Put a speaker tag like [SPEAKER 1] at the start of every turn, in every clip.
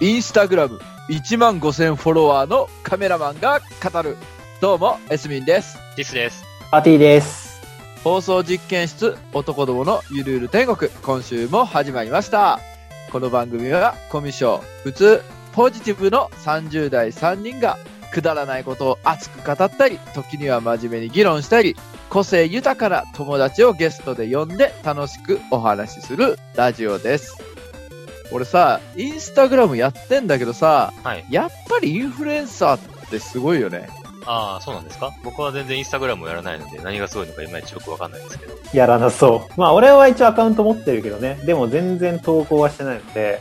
[SPEAKER 1] インスタグラム1万5000フォロワーのカメラマンが語る。どうも、エスミンです。
[SPEAKER 2] ディスです。
[SPEAKER 3] パーティーです。
[SPEAKER 1] 放送実験室男どものゆるゆる天国、今週も始まりました。この番組はコミュ障、普通、ポジティブの30代3人がくだらないことを熱く語ったり、時には真面目に議論したり、個性豊かな友達をゲストで呼んで楽しくお話しするラジオです。俺さ、インスタグラムやってんだけどさ、
[SPEAKER 2] はい
[SPEAKER 1] やっぱりインフルエンサーってすごいよね。
[SPEAKER 2] ああ、そうなんですか僕は全然インスタグラムをやらないので、何がすごいのかいまいちよくわかんないですけど。
[SPEAKER 3] やらなそう。まあ、俺は一応アカウント持ってるけどね。でも全然投稿はしてないので。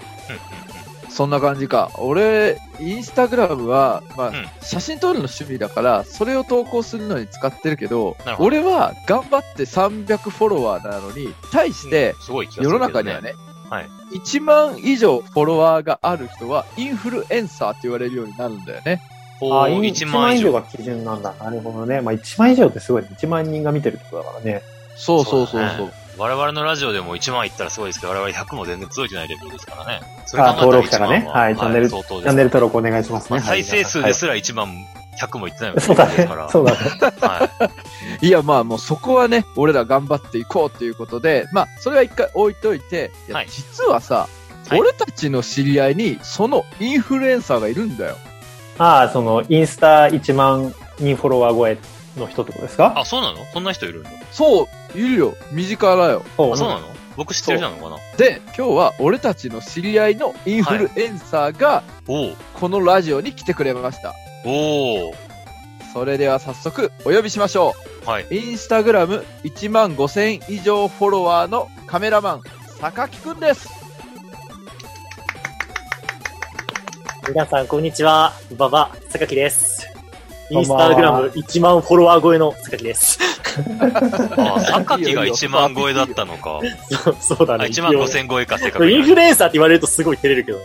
[SPEAKER 1] そんな感じか。俺、インスタグラムは、まあ、
[SPEAKER 2] うん
[SPEAKER 1] 写真撮るの趣味だから、それを投稿するのに使ってるけど、
[SPEAKER 2] なるほど
[SPEAKER 1] 俺は頑張って300フォロワーなのに、対して、
[SPEAKER 2] すごい気がする
[SPEAKER 1] 世の
[SPEAKER 2] けど、ね。
[SPEAKER 1] 中にはね、
[SPEAKER 2] はい
[SPEAKER 1] 1万以上フォロワーがある人は、インフルエンサーって言われるようになるんだよね。
[SPEAKER 2] おー。
[SPEAKER 3] いい
[SPEAKER 2] 1万以上。
[SPEAKER 3] が基準なんだ。なるほどね。まあ、1万以上ってすごい、ね。1万人が見てるってことだからね。
[SPEAKER 1] そうそうそう
[SPEAKER 2] そう
[SPEAKER 1] そう。
[SPEAKER 2] 我々のラジオでも1万いったらすごいですけど、我々100も全然届いてないレベルですからね。それ考えたら
[SPEAKER 3] 登録者がね
[SPEAKER 2] 1万は
[SPEAKER 3] はいチャンネル
[SPEAKER 2] 相当です
[SPEAKER 3] チャンネル登録お願いします
[SPEAKER 2] ま
[SPEAKER 3] ね。
[SPEAKER 2] あ再生数ですら1万100もいってないわけです
[SPEAKER 3] はい。そう
[SPEAKER 2] か
[SPEAKER 3] だね。
[SPEAKER 2] ら。
[SPEAKER 3] そううだね。
[SPEAKER 2] はい
[SPEAKER 1] や、まあもうそこはね、俺ら頑張っていこうということで、まあ、それは一回置いといて、いや
[SPEAKER 2] はい
[SPEAKER 1] 実はさ、
[SPEAKER 2] はい
[SPEAKER 1] 俺たちの知り合いに、そのインフルエンサーがいるんだよ。
[SPEAKER 3] ああ、その、インスタ1万人フォロワー超えの人ってことです
[SPEAKER 2] い。
[SPEAKER 3] か
[SPEAKER 2] あ、そうなのそんな人いるのあ、
[SPEAKER 1] そう、いるよ。身近だよ。
[SPEAKER 3] そ
[SPEAKER 2] そうなの僕知ってる人なのかな
[SPEAKER 1] で、今日は俺たちの知り合いのインフルエンサーが、
[SPEAKER 2] おー
[SPEAKER 1] このラジオに来てくれました。
[SPEAKER 2] おー
[SPEAKER 1] それでは早速、お呼びしましょ
[SPEAKER 2] はい。
[SPEAKER 1] う。インスタグラム1万5000以上フォロワーのカメラマン、坂木くんです。
[SPEAKER 4] 皆さん、こんにちは。ババ、榊です。イ
[SPEAKER 3] こん
[SPEAKER 4] ンス
[SPEAKER 3] ばんは
[SPEAKER 4] タグラム1万フォロワー超えの榊です。
[SPEAKER 2] ああ、榊が1万超えだったの か。
[SPEAKER 4] そうそうだ
[SPEAKER 2] あ
[SPEAKER 4] ね。
[SPEAKER 2] 1万5千超えか、正確
[SPEAKER 4] イン
[SPEAKER 2] に
[SPEAKER 4] フ。ルエンサーって言われるとすごい照れるけど。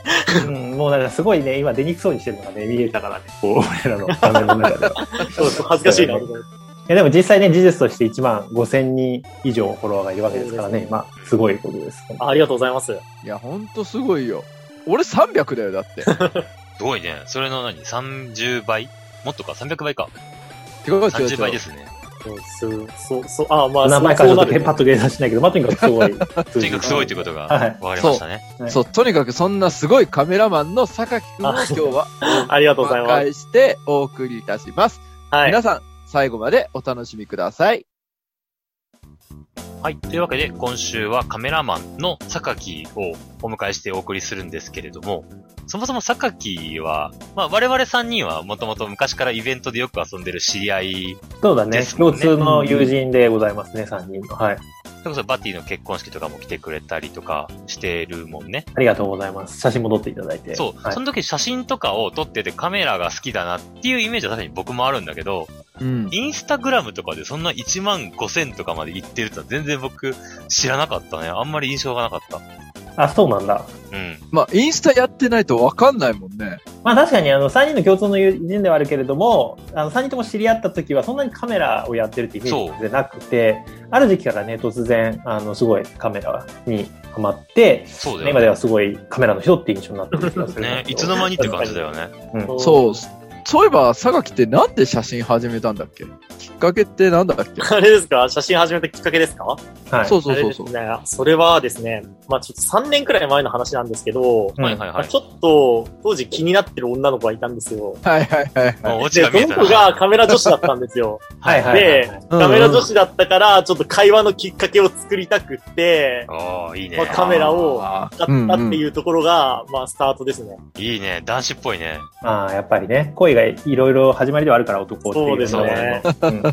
[SPEAKER 3] うん、もうなんかすごいね、今出にくそうにしてるのがね、見えたからね、こう、俺らの画面の中では。
[SPEAKER 4] そうそう恥ずかしい な、
[SPEAKER 3] そうだね
[SPEAKER 4] みたい
[SPEAKER 3] いやでも実際ね、事実として1万5千人以上フォロワーがいるわけですからね、まあ、すごいことです。
[SPEAKER 4] なあありがとうございます。
[SPEAKER 1] いや、ほんとすごいよ。俺300だよ、だって。
[SPEAKER 2] すごいね。それの何 ?30 倍もっとか ?300 倍か。
[SPEAKER 1] 違う違う違う
[SPEAKER 2] 30倍ですね。
[SPEAKER 4] そう、そう、そう、あ、まあ、
[SPEAKER 3] 名前か
[SPEAKER 4] そう
[SPEAKER 3] らち
[SPEAKER 4] そ
[SPEAKER 3] ょっと
[SPEAKER 4] うなる
[SPEAKER 3] ねパッと計算しないけど、まあ、とにかくすごい。
[SPEAKER 2] と
[SPEAKER 3] と
[SPEAKER 2] にかくすごいということが
[SPEAKER 3] はい
[SPEAKER 2] 分かりましたね。
[SPEAKER 1] そう、とにかくそんなすごいカメラマンの榊くんを今日は
[SPEAKER 4] ありがと
[SPEAKER 1] お
[SPEAKER 4] うございま
[SPEAKER 1] 迎えしてお送りいたします。
[SPEAKER 4] す。はい。
[SPEAKER 1] 皆さん、最後までお楽しみください。
[SPEAKER 2] はい。というわけで、今週はカメラマンの榊をお迎えしてお送りするんですけれども、そもそも榊は、まあ我々3人はもともと昔からイベントでよく遊んでる知り合い、
[SPEAKER 3] そうだね
[SPEAKER 2] で。すもん
[SPEAKER 3] 共
[SPEAKER 2] ね
[SPEAKER 3] 通の友人でございますね、3人の。はい。
[SPEAKER 2] それこそバティの結婚式とかも来てくれたりとかしてるもんね。
[SPEAKER 3] ありがとうございます。写真も撮っていただいて。
[SPEAKER 2] そう。
[SPEAKER 3] はい
[SPEAKER 2] その時写真とかを撮っててカメラが好きだなっていうイメージは確かに僕もあるんだけど、
[SPEAKER 1] うん。
[SPEAKER 2] インスタグラムとかでそんな1万5000とかまで行ってるとは全然僕知らなかったね。あんまり印象がなかった。
[SPEAKER 3] あ、そうなんだ。
[SPEAKER 2] うん。
[SPEAKER 1] まあ、インスタやってないとわかんないもんね。
[SPEAKER 3] まあ確かにあの3人の共通の友人ではあるけれども、あの3人とも知り合った時はそんなにカメラをやってるっていうイメージでなくて、ある時期からね、突然、あの、すごいカメラにハマって、
[SPEAKER 2] そうだよね。
[SPEAKER 3] 今ではすごいカメラの人って印象になってる気がする。
[SPEAKER 2] ね、いつの間にって感じだよね。
[SPEAKER 3] うん
[SPEAKER 1] そう。そういえば、榊ってなんで写真始めたんだっけきっかけってなんだっけ、
[SPEAKER 4] あれですか写真始めたきっかけですか
[SPEAKER 3] はい。
[SPEAKER 1] そうそうそうそう
[SPEAKER 4] あれ。ですねそれはですね、まあちょっと3年くらい前の話なんですけど、
[SPEAKER 3] うん
[SPEAKER 2] はいはい
[SPEAKER 4] ま
[SPEAKER 2] は
[SPEAKER 4] あ
[SPEAKER 2] い
[SPEAKER 4] ち。ょっと当時気になってる女の子がいたんですよ。
[SPEAKER 1] はいはいはいはい。
[SPEAKER 2] もうオチ
[SPEAKER 4] で、
[SPEAKER 2] が
[SPEAKER 4] そ
[SPEAKER 2] 見え
[SPEAKER 4] の
[SPEAKER 2] た
[SPEAKER 4] 子
[SPEAKER 2] な。
[SPEAKER 4] がカメラ女子だったんですよ。
[SPEAKER 3] はいはいはいはい。
[SPEAKER 1] うんうん
[SPEAKER 4] カメラ女子だったから、ちょっと会話のきっかけを作りたくって、
[SPEAKER 2] ああ、いいね
[SPEAKER 4] ま。あカメラを
[SPEAKER 1] あー
[SPEAKER 4] 買ったっていうところが、まあ、スタートですね。
[SPEAKER 2] いいね。男子っぽいね。
[SPEAKER 3] まあ、やっぱりね、恋がいろいろ始まりではあるから男っていうの
[SPEAKER 4] そ
[SPEAKER 3] は
[SPEAKER 4] うですね。
[SPEAKER 3] うん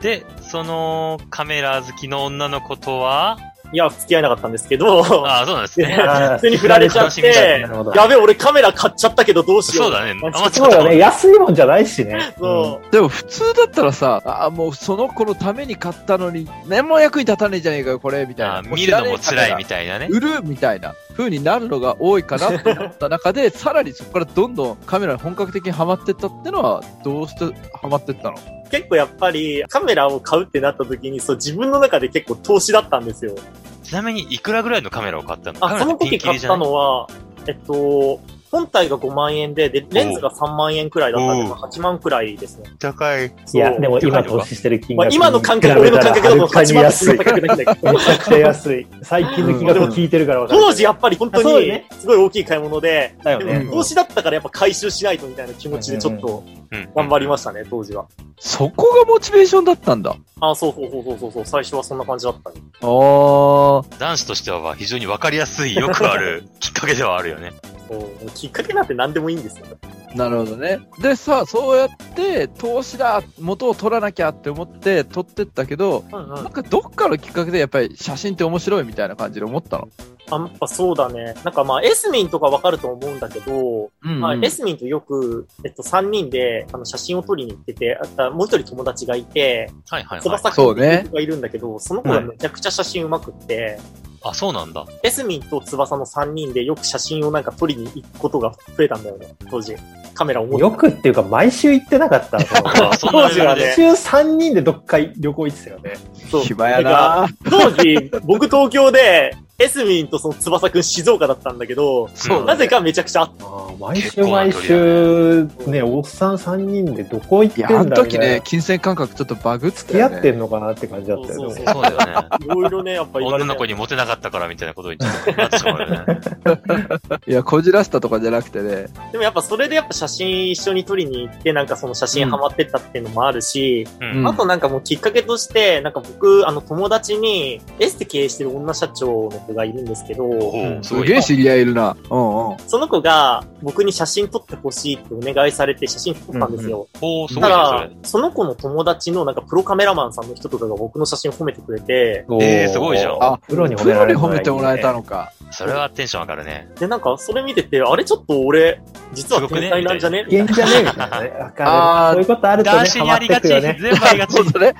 [SPEAKER 2] で、その、カメラ好きの女の子とは、
[SPEAKER 4] いや、付き合えなかったんですけど、
[SPEAKER 2] ああ、そうなんですね。
[SPEAKER 3] あー
[SPEAKER 4] 普通に振られちゃっ
[SPEAKER 2] 楽しみだ
[SPEAKER 4] て
[SPEAKER 3] な、るほど。
[SPEAKER 4] やべ、俺カメラ買っちゃったけどどうしよう。
[SPEAKER 2] そうだね。あ、まあち
[SPEAKER 3] そ
[SPEAKER 2] ょっ
[SPEAKER 3] うだ
[SPEAKER 2] と、
[SPEAKER 3] ね。安いもんじゃないしね。
[SPEAKER 4] そう
[SPEAKER 1] でも普通だったらさ、あーもうその子のために買ったのに、何も役に立たねえじゃねえかよ、これ、みたい
[SPEAKER 2] あ
[SPEAKER 1] な。
[SPEAKER 2] あ見るのも辛いみ
[SPEAKER 1] たい
[SPEAKER 2] たいなね。
[SPEAKER 1] 売るみたいな風になるのが多いかなってなった中 で、さらにそこからどんどんカメラに本格的にハマってったってのは、どうしてハマってったの
[SPEAKER 4] 結構やっぱりカメラを買うってなった時に、そう自分の中で結構投資だったんですよ。
[SPEAKER 2] ちなみに、いくらぐらいのカメラを買ったの
[SPEAKER 4] あ、その時買ったのは、えっと、本体が5万円で、で、レンズが3万円くらいだったんで、
[SPEAKER 2] おう
[SPEAKER 4] まあ8万くらいですね。
[SPEAKER 2] 高い。
[SPEAKER 3] いや、でも今
[SPEAKER 2] 高いの
[SPEAKER 3] 投
[SPEAKER 2] か
[SPEAKER 3] 資してる金
[SPEAKER 4] まあ
[SPEAKER 3] 額に比べた
[SPEAKER 4] 今
[SPEAKER 3] ら。
[SPEAKER 4] の感覚、俺の感覚だと
[SPEAKER 3] はる
[SPEAKER 4] 8
[SPEAKER 3] かに
[SPEAKER 4] 万円
[SPEAKER 3] 安い。め
[SPEAKER 4] 高くないんだけど。
[SPEAKER 3] ちゃくちゃ安い。最近の金額を聞いてるからわかる。
[SPEAKER 4] 当時やっぱり本当
[SPEAKER 3] そうだ
[SPEAKER 4] に
[SPEAKER 3] ね
[SPEAKER 4] すごい大きい買い物で、
[SPEAKER 3] だよ
[SPEAKER 4] で
[SPEAKER 3] ね
[SPEAKER 4] も。投資だったからやっぱ回収しないとみたいな気持ちでちょっと
[SPEAKER 2] うん。
[SPEAKER 4] 頑張りましたね、当時は。
[SPEAKER 1] そこがモチベーションだったんだ。
[SPEAKER 4] あ、そうそうそうそうそう、最初はそんな感じだったね。
[SPEAKER 1] あー。
[SPEAKER 2] 男子としては非常にわかりやすい、よくあるきっかけではあるよね。
[SPEAKER 4] うんきっかけなんて何でもいいんですよ。
[SPEAKER 1] なるほどね。でさ、そうやって、投資だ、元を取らなきゃって思って取ってったけど、
[SPEAKER 4] うんうん
[SPEAKER 1] なん。かどっかのきっかけでやっぱり写真って面白いみたいな感じで思ったの。
[SPEAKER 4] あ、やっぱそうだね。なんかまあ、エスミンとかわかると思うんだけど、
[SPEAKER 1] うん、うん。
[SPEAKER 4] まあ、エスミンとよく、えっと、3人で、あの、写真を撮りに行ってて、あとはもう一人友達がいて、
[SPEAKER 2] はいはいはい。
[SPEAKER 4] 翼
[SPEAKER 1] そう
[SPEAKER 4] く
[SPEAKER 1] んね
[SPEAKER 4] がいるんだけど、その子がめちゃくちゃ写真上手くって、
[SPEAKER 2] あ、そうなんだ。
[SPEAKER 4] エスミンと翼の3人でよく写真をなんか撮りに行くことが増えたんだよね、当時。カメラを持って。
[SPEAKER 3] よくっていうか、毎週行ってなかった。
[SPEAKER 2] あそんなレ
[SPEAKER 4] 当時
[SPEAKER 2] ベル
[SPEAKER 4] は
[SPEAKER 2] で
[SPEAKER 4] ね。
[SPEAKER 3] 週3人でどっか旅行行ってたよね。
[SPEAKER 4] そう
[SPEAKER 1] 暇や
[SPEAKER 4] なん
[SPEAKER 1] な
[SPEAKER 4] 当時、僕東京で、エスミンとその翼くん静岡だったんだけど、
[SPEAKER 2] そう
[SPEAKER 4] なぜかめちゃくちゃ会って
[SPEAKER 3] ああ、毎
[SPEAKER 2] 結
[SPEAKER 3] 週
[SPEAKER 2] 構な
[SPEAKER 3] 毎
[SPEAKER 2] 距離
[SPEAKER 3] 週、ね、おっさん3人でどこ行
[SPEAKER 1] い
[SPEAKER 3] ってん
[SPEAKER 1] や、
[SPEAKER 3] だ
[SPEAKER 1] あの時
[SPEAKER 3] みたい
[SPEAKER 1] ね
[SPEAKER 3] な、
[SPEAKER 1] 金銭感覚ちょっとバグって
[SPEAKER 3] 付き合って
[SPEAKER 1] ん
[SPEAKER 3] んのかなって感じだったよ
[SPEAKER 4] そうそう
[SPEAKER 3] ね。
[SPEAKER 2] そうだよね。
[SPEAKER 4] いろいろね、やっぱ言われ
[SPEAKER 2] 女
[SPEAKER 4] て
[SPEAKER 2] の子にモテなかったからみたいなことにちょっとなってしまうよね。
[SPEAKER 1] いや、こじらしたとかじゃなくてね。
[SPEAKER 4] でもやっぱそれでやっぱ写真一緒に撮りに行って、なんかその写真ハマってったっていうのもあるし、
[SPEAKER 2] うん。
[SPEAKER 4] あとなんかもうきっかけとして、なんか僕、あの友達に、エステ経営してる女社長の子がいるんですけど、
[SPEAKER 2] おお、す
[SPEAKER 1] す
[SPEAKER 2] ご
[SPEAKER 1] げえ
[SPEAKER 2] い。
[SPEAKER 1] 知り合いいるな。うんうん。
[SPEAKER 4] その子が僕に写真撮ってほしいってお願いされて写真撮ったんですよ。
[SPEAKER 2] おお、すご
[SPEAKER 4] た
[SPEAKER 2] いね、
[SPEAKER 4] だ、その子の友達のなんかプロカメラマンさんの人とかが僕の写真を褒めてくれて、
[SPEAKER 2] それ。えー、すごいじゃん。
[SPEAKER 1] あ、
[SPEAKER 3] プロに褒
[SPEAKER 1] プ
[SPEAKER 3] めら
[SPEAKER 1] ロ
[SPEAKER 3] れ
[SPEAKER 1] に
[SPEAKER 3] るの
[SPEAKER 1] 褒
[SPEAKER 3] がいいね
[SPEAKER 1] めてもらえたのか。
[SPEAKER 2] それはテンション上がるね。
[SPEAKER 4] で、なんかそれ見てて、あれちょっと俺、実は
[SPEAKER 2] すごくね
[SPEAKER 4] 天才なんじゃね
[SPEAKER 3] いけんじゃねえみたいなね。わ
[SPEAKER 1] あ
[SPEAKER 3] か
[SPEAKER 1] ー
[SPEAKER 3] る。そういうことあるとね、
[SPEAKER 2] 男子
[SPEAKER 3] ハ
[SPEAKER 2] に
[SPEAKER 3] マ
[SPEAKER 2] あ
[SPEAKER 3] っ
[SPEAKER 2] り
[SPEAKER 3] て
[SPEAKER 2] が
[SPEAKER 3] く
[SPEAKER 2] ち。
[SPEAKER 3] よ
[SPEAKER 2] 全
[SPEAKER 3] ね。
[SPEAKER 2] 部ありがち。
[SPEAKER 1] そうだね。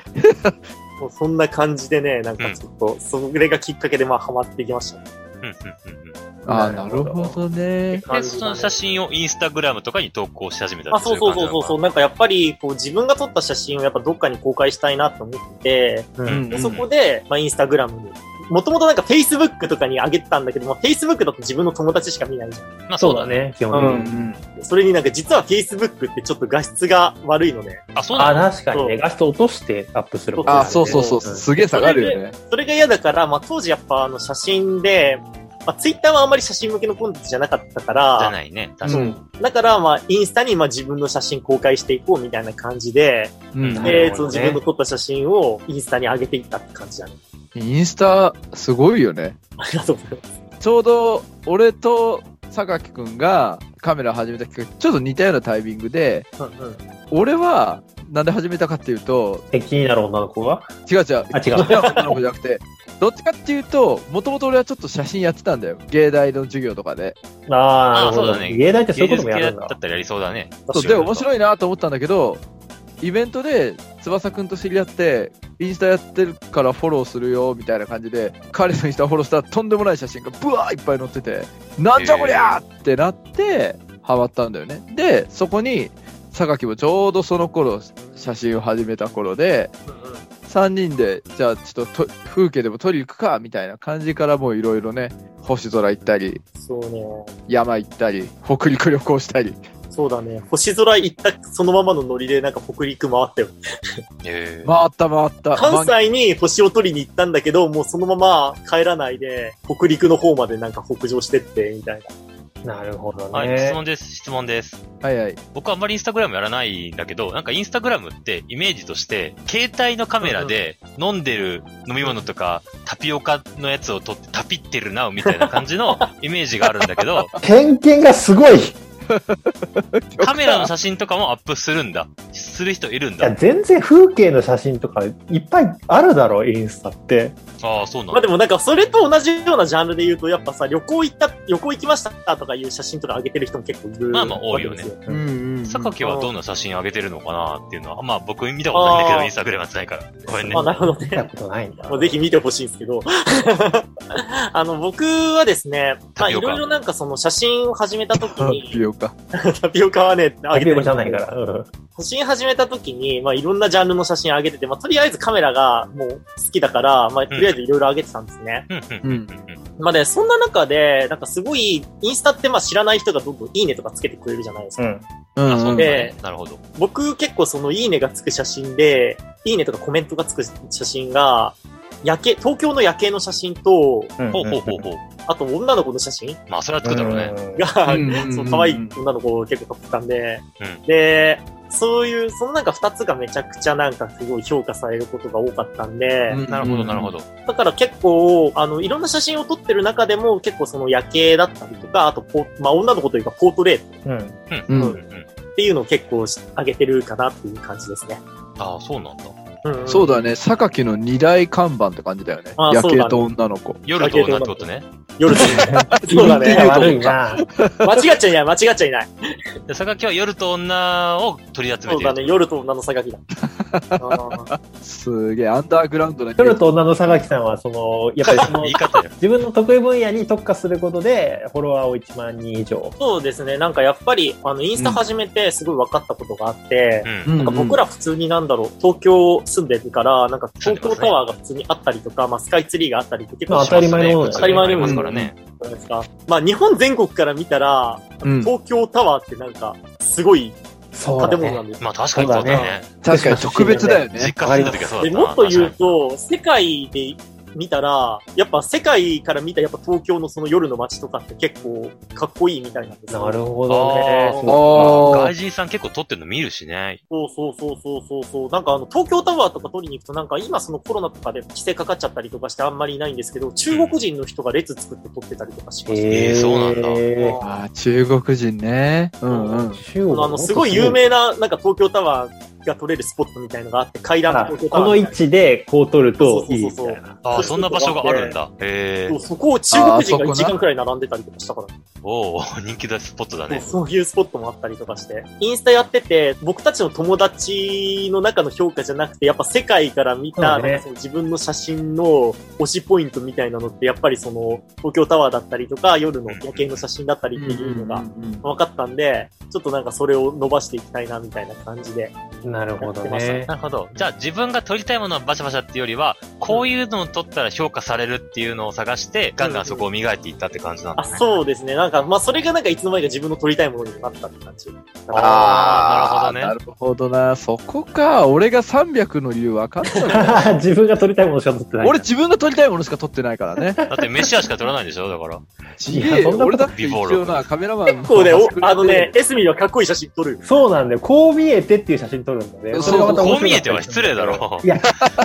[SPEAKER 4] もうそんな感じでね、なんかちょっと、それがきっかけでまあハマっていきましたね。
[SPEAKER 2] うんうんうんうん
[SPEAKER 1] あー、なるほどね。
[SPEAKER 2] で、その写真をインスタグラムとかに投稿し始めた
[SPEAKER 4] あ、そうそうそうそうそう、なんかやっぱり、こう自分が撮った写真をやっぱどっかに公開したいなと思ってて、
[SPEAKER 1] うん
[SPEAKER 4] でそこで、まあインスタグラムに。もともとなんか Facebook とかに上げてたんだけど、まあ Facebook だと自分の友達しか見ないじゃ
[SPEAKER 2] まあそ
[SPEAKER 3] そうう
[SPEAKER 2] だ
[SPEAKER 3] だ
[SPEAKER 2] ね。
[SPEAKER 3] ね、基
[SPEAKER 1] うんう
[SPEAKER 3] 本的に。
[SPEAKER 1] ん。
[SPEAKER 4] ん。それになんか実は Facebook ってちょっと画質が悪いのね。
[SPEAKER 2] あ、そうな
[SPEAKER 3] あ
[SPEAKER 2] の
[SPEAKER 3] ー、確かにね。画質落としてアップすること
[SPEAKER 1] あ
[SPEAKER 3] だ
[SPEAKER 1] ー、
[SPEAKER 3] ね。
[SPEAKER 1] そうそうそう。
[SPEAKER 3] ん
[SPEAKER 1] すげえ下がるよね。
[SPEAKER 4] それが嫌だから、まあ当時やっぱあの写真で、まあ Twitter はあんまり写真向けのコンテンツじゃなかったか
[SPEAKER 2] じゃ
[SPEAKER 4] ら、
[SPEAKER 2] ないね。確か
[SPEAKER 1] う
[SPEAKER 2] に。
[SPEAKER 1] ん
[SPEAKER 4] だからまあインスタにまあ自分の写真公開していこうみたいな感じで、
[SPEAKER 1] うん
[SPEAKER 3] なる
[SPEAKER 4] で、
[SPEAKER 3] ほ
[SPEAKER 4] その
[SPEAKER 3] どね
[SPEAKER 4] 自分の撮った写真をインスタに上げていったって感じだね。
[SPEAKER 1] インスタ、すごいよね。
[SPEAKER 4] ありがとうございます。
[SPEAKER 1] ちょうど、俺と榊くんがカメラ始めたきっかけ、ちょっと似たようなタイミングで、
[SPEAKER 4] うんうん。
[SPEAKER 1] 俺は、なんで始めたかっていうと、
[SPEAKER 3] え、気になる女の子が
[SPEAKER 1] 違う違う。
[SPEAKER 3] あ違う
[SPEAKER 1] いや女の子じゃなくて、どっちかっていうと、もともと俺はちょっと写真やってたんだよ。芸大の授業とかで。
[SPEAKER 3] ああ、なるほ
[SPEAKER 2] そう
[SPEAKER 3] ど
[SPEAKER 2] だね
[SPEAKER 3] 芸大ってそうい
[SPEAKER 2] 芸
[SPEAKER 3] うこと
[SPEAKER 2] 術
[SPEAKER 3] もや
[SPEAKER 2] 系
[SPEAKER 3] る
[SPEAKER 2] だ
[SPEAKER 3] ん
[SPEAKER 2] っ
[SPEAKER 3] だ。
[SPEAKER 2] たらやりそうだね。
[SPEAKER 1] そう、で、面
[SPEAKER 2] い。
[SPEAKER 1] 白いなと思ったんだけど、イベントで翼くんと知り合って、インスタやってるからフォローするよ、みたいな感じで、彼のインスタフォローしたらとんでもない写真がブワーいっぱい載ってて、なんじゃこりゃーってなって、ハマったんだよね。で、そこに、榊もちょうどその頃、写真を始めた頃で、3人で、じゃあちょっとと風景でも撮りに行くか、みたいな感じからもういろいろね、星空行ったり、
[SPEAKER 4] そうね。
[SPEAKER 1] 山行ったり、北陸旅行したり、
[SPEAKER 4] そうだね。星空行ったそのままのノリでなんか北陸回ったよ。
[SPEAKER 2] えー
[SPEAKER 1] 回った回った。
[SPEAKER 4] 関西に星を取りに行ったんだけど、もうそのまま帰らないで、北陸の方までなんか北上してって、みたいな。
[SPEAKER 3] なるほど
[SPEAKER 2] はい、質
[SPEAKER 3] ね。
[SPEAKER 2] 問です、質問です。
[SPEAKER 1] はいはい。
[SPEAKER 2] 僕はあんまりインスタグラムやらないんだけど、なんかインスタグラムってイメージとして、携帯のカメラで飲んでる飲み物とか、タピオカのやつを撮ってタピってるな、みたいな感じのイメージがあるんだけど、
[SPEAKER 3] 偏見がすごい。い
[SPEAKER 2] カメラの写真とかもアップするんだ。する人いるん
[SPEAKER 3] や、
[SPEAKER 2] だ。
[SPEAKER 3] 全然風景の写真とかいっぱいあるだろ、インスタって。
[SPEAKER 2] ああ、そうなん
[SPEAKER 4] まあ
[SPEAKER 2] だ。
[SPEAKER 4] でもなんかそれと同じようなジャンルで言うと、やっぱさ、旅行行った、旅行行きましたとかいう写真とか上げてる人も結構いる。
[SPEAKER 2] まあまあ多いよね
[SPEAKER 4] わけです
[SPEAKER 1] うんうんうん
[SPEAKER 2] 榊はどんな写真上げてるのかなっていうのは、まあ僕見たことないんだけど、
[SPEAKER 4] あー
[SPEAKER 2] インスタグラムやってないから。ごめんね
[SPEAKER 4] あ、。なるほど
[SPEAKER 3] 見た
[SPEAKER 4] ね。
[SPEAKER 3] ことないんだ。
[SPEAKER 4] まあぜひ見てほしいんですけど。あの、僕はですね、まあ、
[SPEAKER 2] タピ
[SPEAKER 4] い
[SPEAKER 2] オカ
[SPEAKER 4] ろいろなんかその写真を始めた時
[SPEAKER 1] タピ
[SPEAKER 4] に、
[SPEAKER 1] オカ。
[SPEAKER 4] タピオカはね、
[SPEAKER 3] タ
[SPEAKER 4] あげ
[SPEAKER 3] ピ
[SPEAKER 4] て
[SPEAKER 3] オカじゃないから。うん
[SPEAKER 4] 写真始めた時に、まあ、いろんなジャンルの写真上げてて、まあ、とりあえずカメラがもう好きだから、まあ、とりあえずいろいろ上げてたんですね。
[SPEAKER 2] うん
[SPEAKER 1] う
[SPEAKER 2] うん
[SPEAKER 1] ん。
[SPEAKER 2] うん
[SPEAKER 4] まあ、で、そんな中で、なんかすごい、インスタってまあ知らない人がどんどんいいねとかつけてくれるじゃないですか。
[SPEAKER 3] うん。
[SPEAKER 1] うん
[SPEAKER 2] あ、そうなんだ
[SPEAKER 1] うん
[SPEAKER 2] ね。なるほど。
[SPEAKER 4] 僕結構そのいいねがつく写真で、いいねとかコメントがつく写真が、夜景、東京の夜景の写真と、
[SPEAKER 3] うん
[SPEAKER 2] ほうほうほうほう。
[SPEAKER 4] あと女の子の写真
[SPEAKER 2] まあそれはつくだろうね。
[SPEAKER 3] うん
[SPEAKER 4] が、
[SPEAKER 1] うんうんうん
[SPEAKER 4] そう、可愛い女の子を結構撮ってたんで、
[SPEAKER 2] うん
[SPEAKER 4] で、そういう、そのなんか二つがめちゃくちゃなんかすごい評価されることが多かったんで、
[SPEAKER 1] うん
[SPEAKER 2] なるほど、なるほど。
[SPEAKER 4] だから結構、あの、いろんな写真を撮ってる中でも結構その夜景だったりとか、あとポ、まあ女の子というかポートレート
[SPEAKER 3] うん。
[SPEAKER 2] う。
[SPEAKER 1] うんん
[SPEAKER 2] うんうん。
[SPEAKER 4] っていうのを結構し上げてるかなっていう感じですね。
[SPEAKER 2] ああ、そうなんだ。
[SPEAKER 4] うん、うん。
[SPEAKER 1] そうだね、榊の二大看板って感じだよね。
[SPEAKER 4] あ
[SPEAKER 1] 夜
[SPEAKER 4] そう
[SPEAKER 1] 景
[SPEAKER 4] だね
[SPEAKER 1] と女の子。
[SPEAKER 2] 夜と女ってことね。
[SPEAKER 4] 夜 とそうだね。
[SPEAKER 3] 悪いな。
[SPEAKER 4] 間違っちゃいない、間違っちゃ いない。
[SPEAKER 2] で、榊は夜と女を取り集め
[SPEAKER 4] そう
[SPEAKER 2] てる
[SPEAKER 4] だ。ね、夜と女の榊だ。あー
[SPEAKER 1] すげえ、アンダーグラウンドな
[SPEAKER 3] 夜と女の榊さんは、その、やっぱりその
[SPEAKER 2] 言い、方よ。
[SPEAKER 3] 自分の得意分野に特化することで、フォロワーを1万人以上。
[SPEAKER 4] そうですね、なんかやっぱり、あの、インスタ始めてすごい分かったことがあって
[SPEAKER 2] う、。
[SPEAKER 1] うんん
[SPEAKER 4] なんか僕ら普通になんだろう、東京住んでるから、なんか東京タワーが普通にあったりとか、まあスカイツリーがあったりとか、結
[SPEAKER 3] ま
[SPEAKER 4] 構
[SPEAKER 3] あ
[SPEAKER 4] し
[SPEAKER 3] 当たり前のものだよね
[SPEAKER 2] 当たり前のものだからね。
[SPEAKER 4] じゃないですか。まあ日本全国から見たら、
[SPEAKER 1] うん
[SPEAKER 4] 東京タワーってなんか、すごい
[SPEAKER 3] そ
[SPEAKER 4] 建物なんですよ。
[SPEAKER 2] まあ確かにそうだね。
[SPEAKER 1] 確かに特別だよね
[SPEAKER 2] 実。家住んだ時はそうだ
[SPEAKER 4] で
[SPEAKER 2] った
[SPEAKER 4] も
[SPEAKER 2] な。
[SPEAKER 4] っと言うと、世界で見たら、やっぱ世界から見たやっぱ東京のその夜の街とかって結構かっこいいみたいなんですよ。
[SPEAKER 3] なるほどね
[SPEAKER 2] あー。
[SPEAKER 3] そう
[SPEAKER 1] あ
[SPEAKER 3] か
[SPEAKER 1] ー
[SPEAKER 2] 外人さん結構撮ってるの見るしね。
[SPEAKER 4] そうそうそうそうそうそう。なんかあの、東京タワーとか取りに行くとなんか今そのコロナとかで規制かかっちゃったりとかしてあんまりいないんですけど、中国人の人が列作って撮ってたりとかしました。
[SPEAKER 2] えーそうなんだ
[SPEAKER 3] だ。
[SPEAKER 1] あー、中国人ね。うんうん。
[SPEAKER 3] 中
[SPEAKER 4] あ
[SPEAKER 3] 国
[SPEAKER 4] のあの、すごい有名ななんか東京タワーが撮れるスポットみたいのがあって、階段
[SPEAKER 3] あ
[SPEAKER 4] と東京タ
[SPEAKER 3] こ
[SPEAKER 4] ワー
[SPEAKER 3] の
[SPEAKER 4] み
[SPEAKER 3] 位
[SPEAKER 4] たいな
[SPEAKER 3] 置でこう取るといいみた
[SPEAKER 4] そうそう
[SPEAKER 3] い
[SPEAKER 4] そ
[SPEAKER 3] な。
[SPEAKER 2] ああ、そんな場所があるんだ。へ
[SPEAKER 4] そ
[SPEAKER 2] え
[SPEAKER 4] う。そこを中国人が1時間くらい並んでたりとかしたから。
[SPEAKER 2] おお、 人気だスポットだね。
[SPEAKER 4] そういうスポットもあったりとかして。インスタやってて、僕たちの友達の中の評価じゃなくて、やっぱ世界から見た、
[SPEAKER 3] そうね
[SPEAKER 4] なんかその自分の写真の推しポイントみたいなのって、やっぱりその、東京タワーだったりとか、夜の夜景の写真だったりっていうのが分かったんで、ちょっとなんかそれを伸ばしていきたいなみたいな感じで。
[SPEAKER 3] なるほどね。
[SPEAKER 2] なるほど。じゃあ自分が撮りたいものはバシャバシャっていうよりは、こういうのを撮ったら評価されるっていうのを探して、ガンガンそこを磨いていったって感じなんだ
[SPEAKER 4] あ、
[SPEAKER 2] ね。
[SPEAKER 4] そうですね。なんか、まあそれがなんかいつの間にか自分の撮りたいものになったって感じ。
[SPEAKER 1] あ
[SPEAKER 2] あー
[SPEAKER 1] ー、
[SPEAKER 2] な
[SPEAKER 1] なるほどな。そこか。俺が300の理由分かったね
[SPEAKER 3] 自分が取りたいものしか取ってない。
[SPEAKER 1] 俺自分が撮りたいものしか撮ってないからね。
[SPEAKER 2] だって飯屋しか撮らないでしょだから。
[SPEAKER 1] ちげえよ
[SPEAKER 3] そんなこと
[SPEAKER 1] 俺だって一応な、カメラマンの
[SPEAKER 4] 結構ね、おあのね、エスミンはかっこいい写真撮るよ。
[SPEAKER 3] そうなんだよ。こう見えてっていう写真撮るんだね。
[SPEAKER 1] そう
[SPEAKER 3] れがまた
[SPEAKER 2] こ
[SPEAKER 3] 面
[SPEAKER 2] う
[SPEAKER 3] 白
[SPEAKER 2] 見
[SPEAKER 3] か
[SPEAKER 2] え
[SPEAKER 3] ってた
[SPEAKER 2] は
[SPEAKER 3] りす
[SPEAKER 2] 失
[SPEAKER 3] る
[SPEAKER 2] 礼
[SPEAKER 3] ん
[SPEAKER 2] だ
[SPEAKER 3] よ
[SPEAKER 2] ろ。
[SPEAKER 3] いや、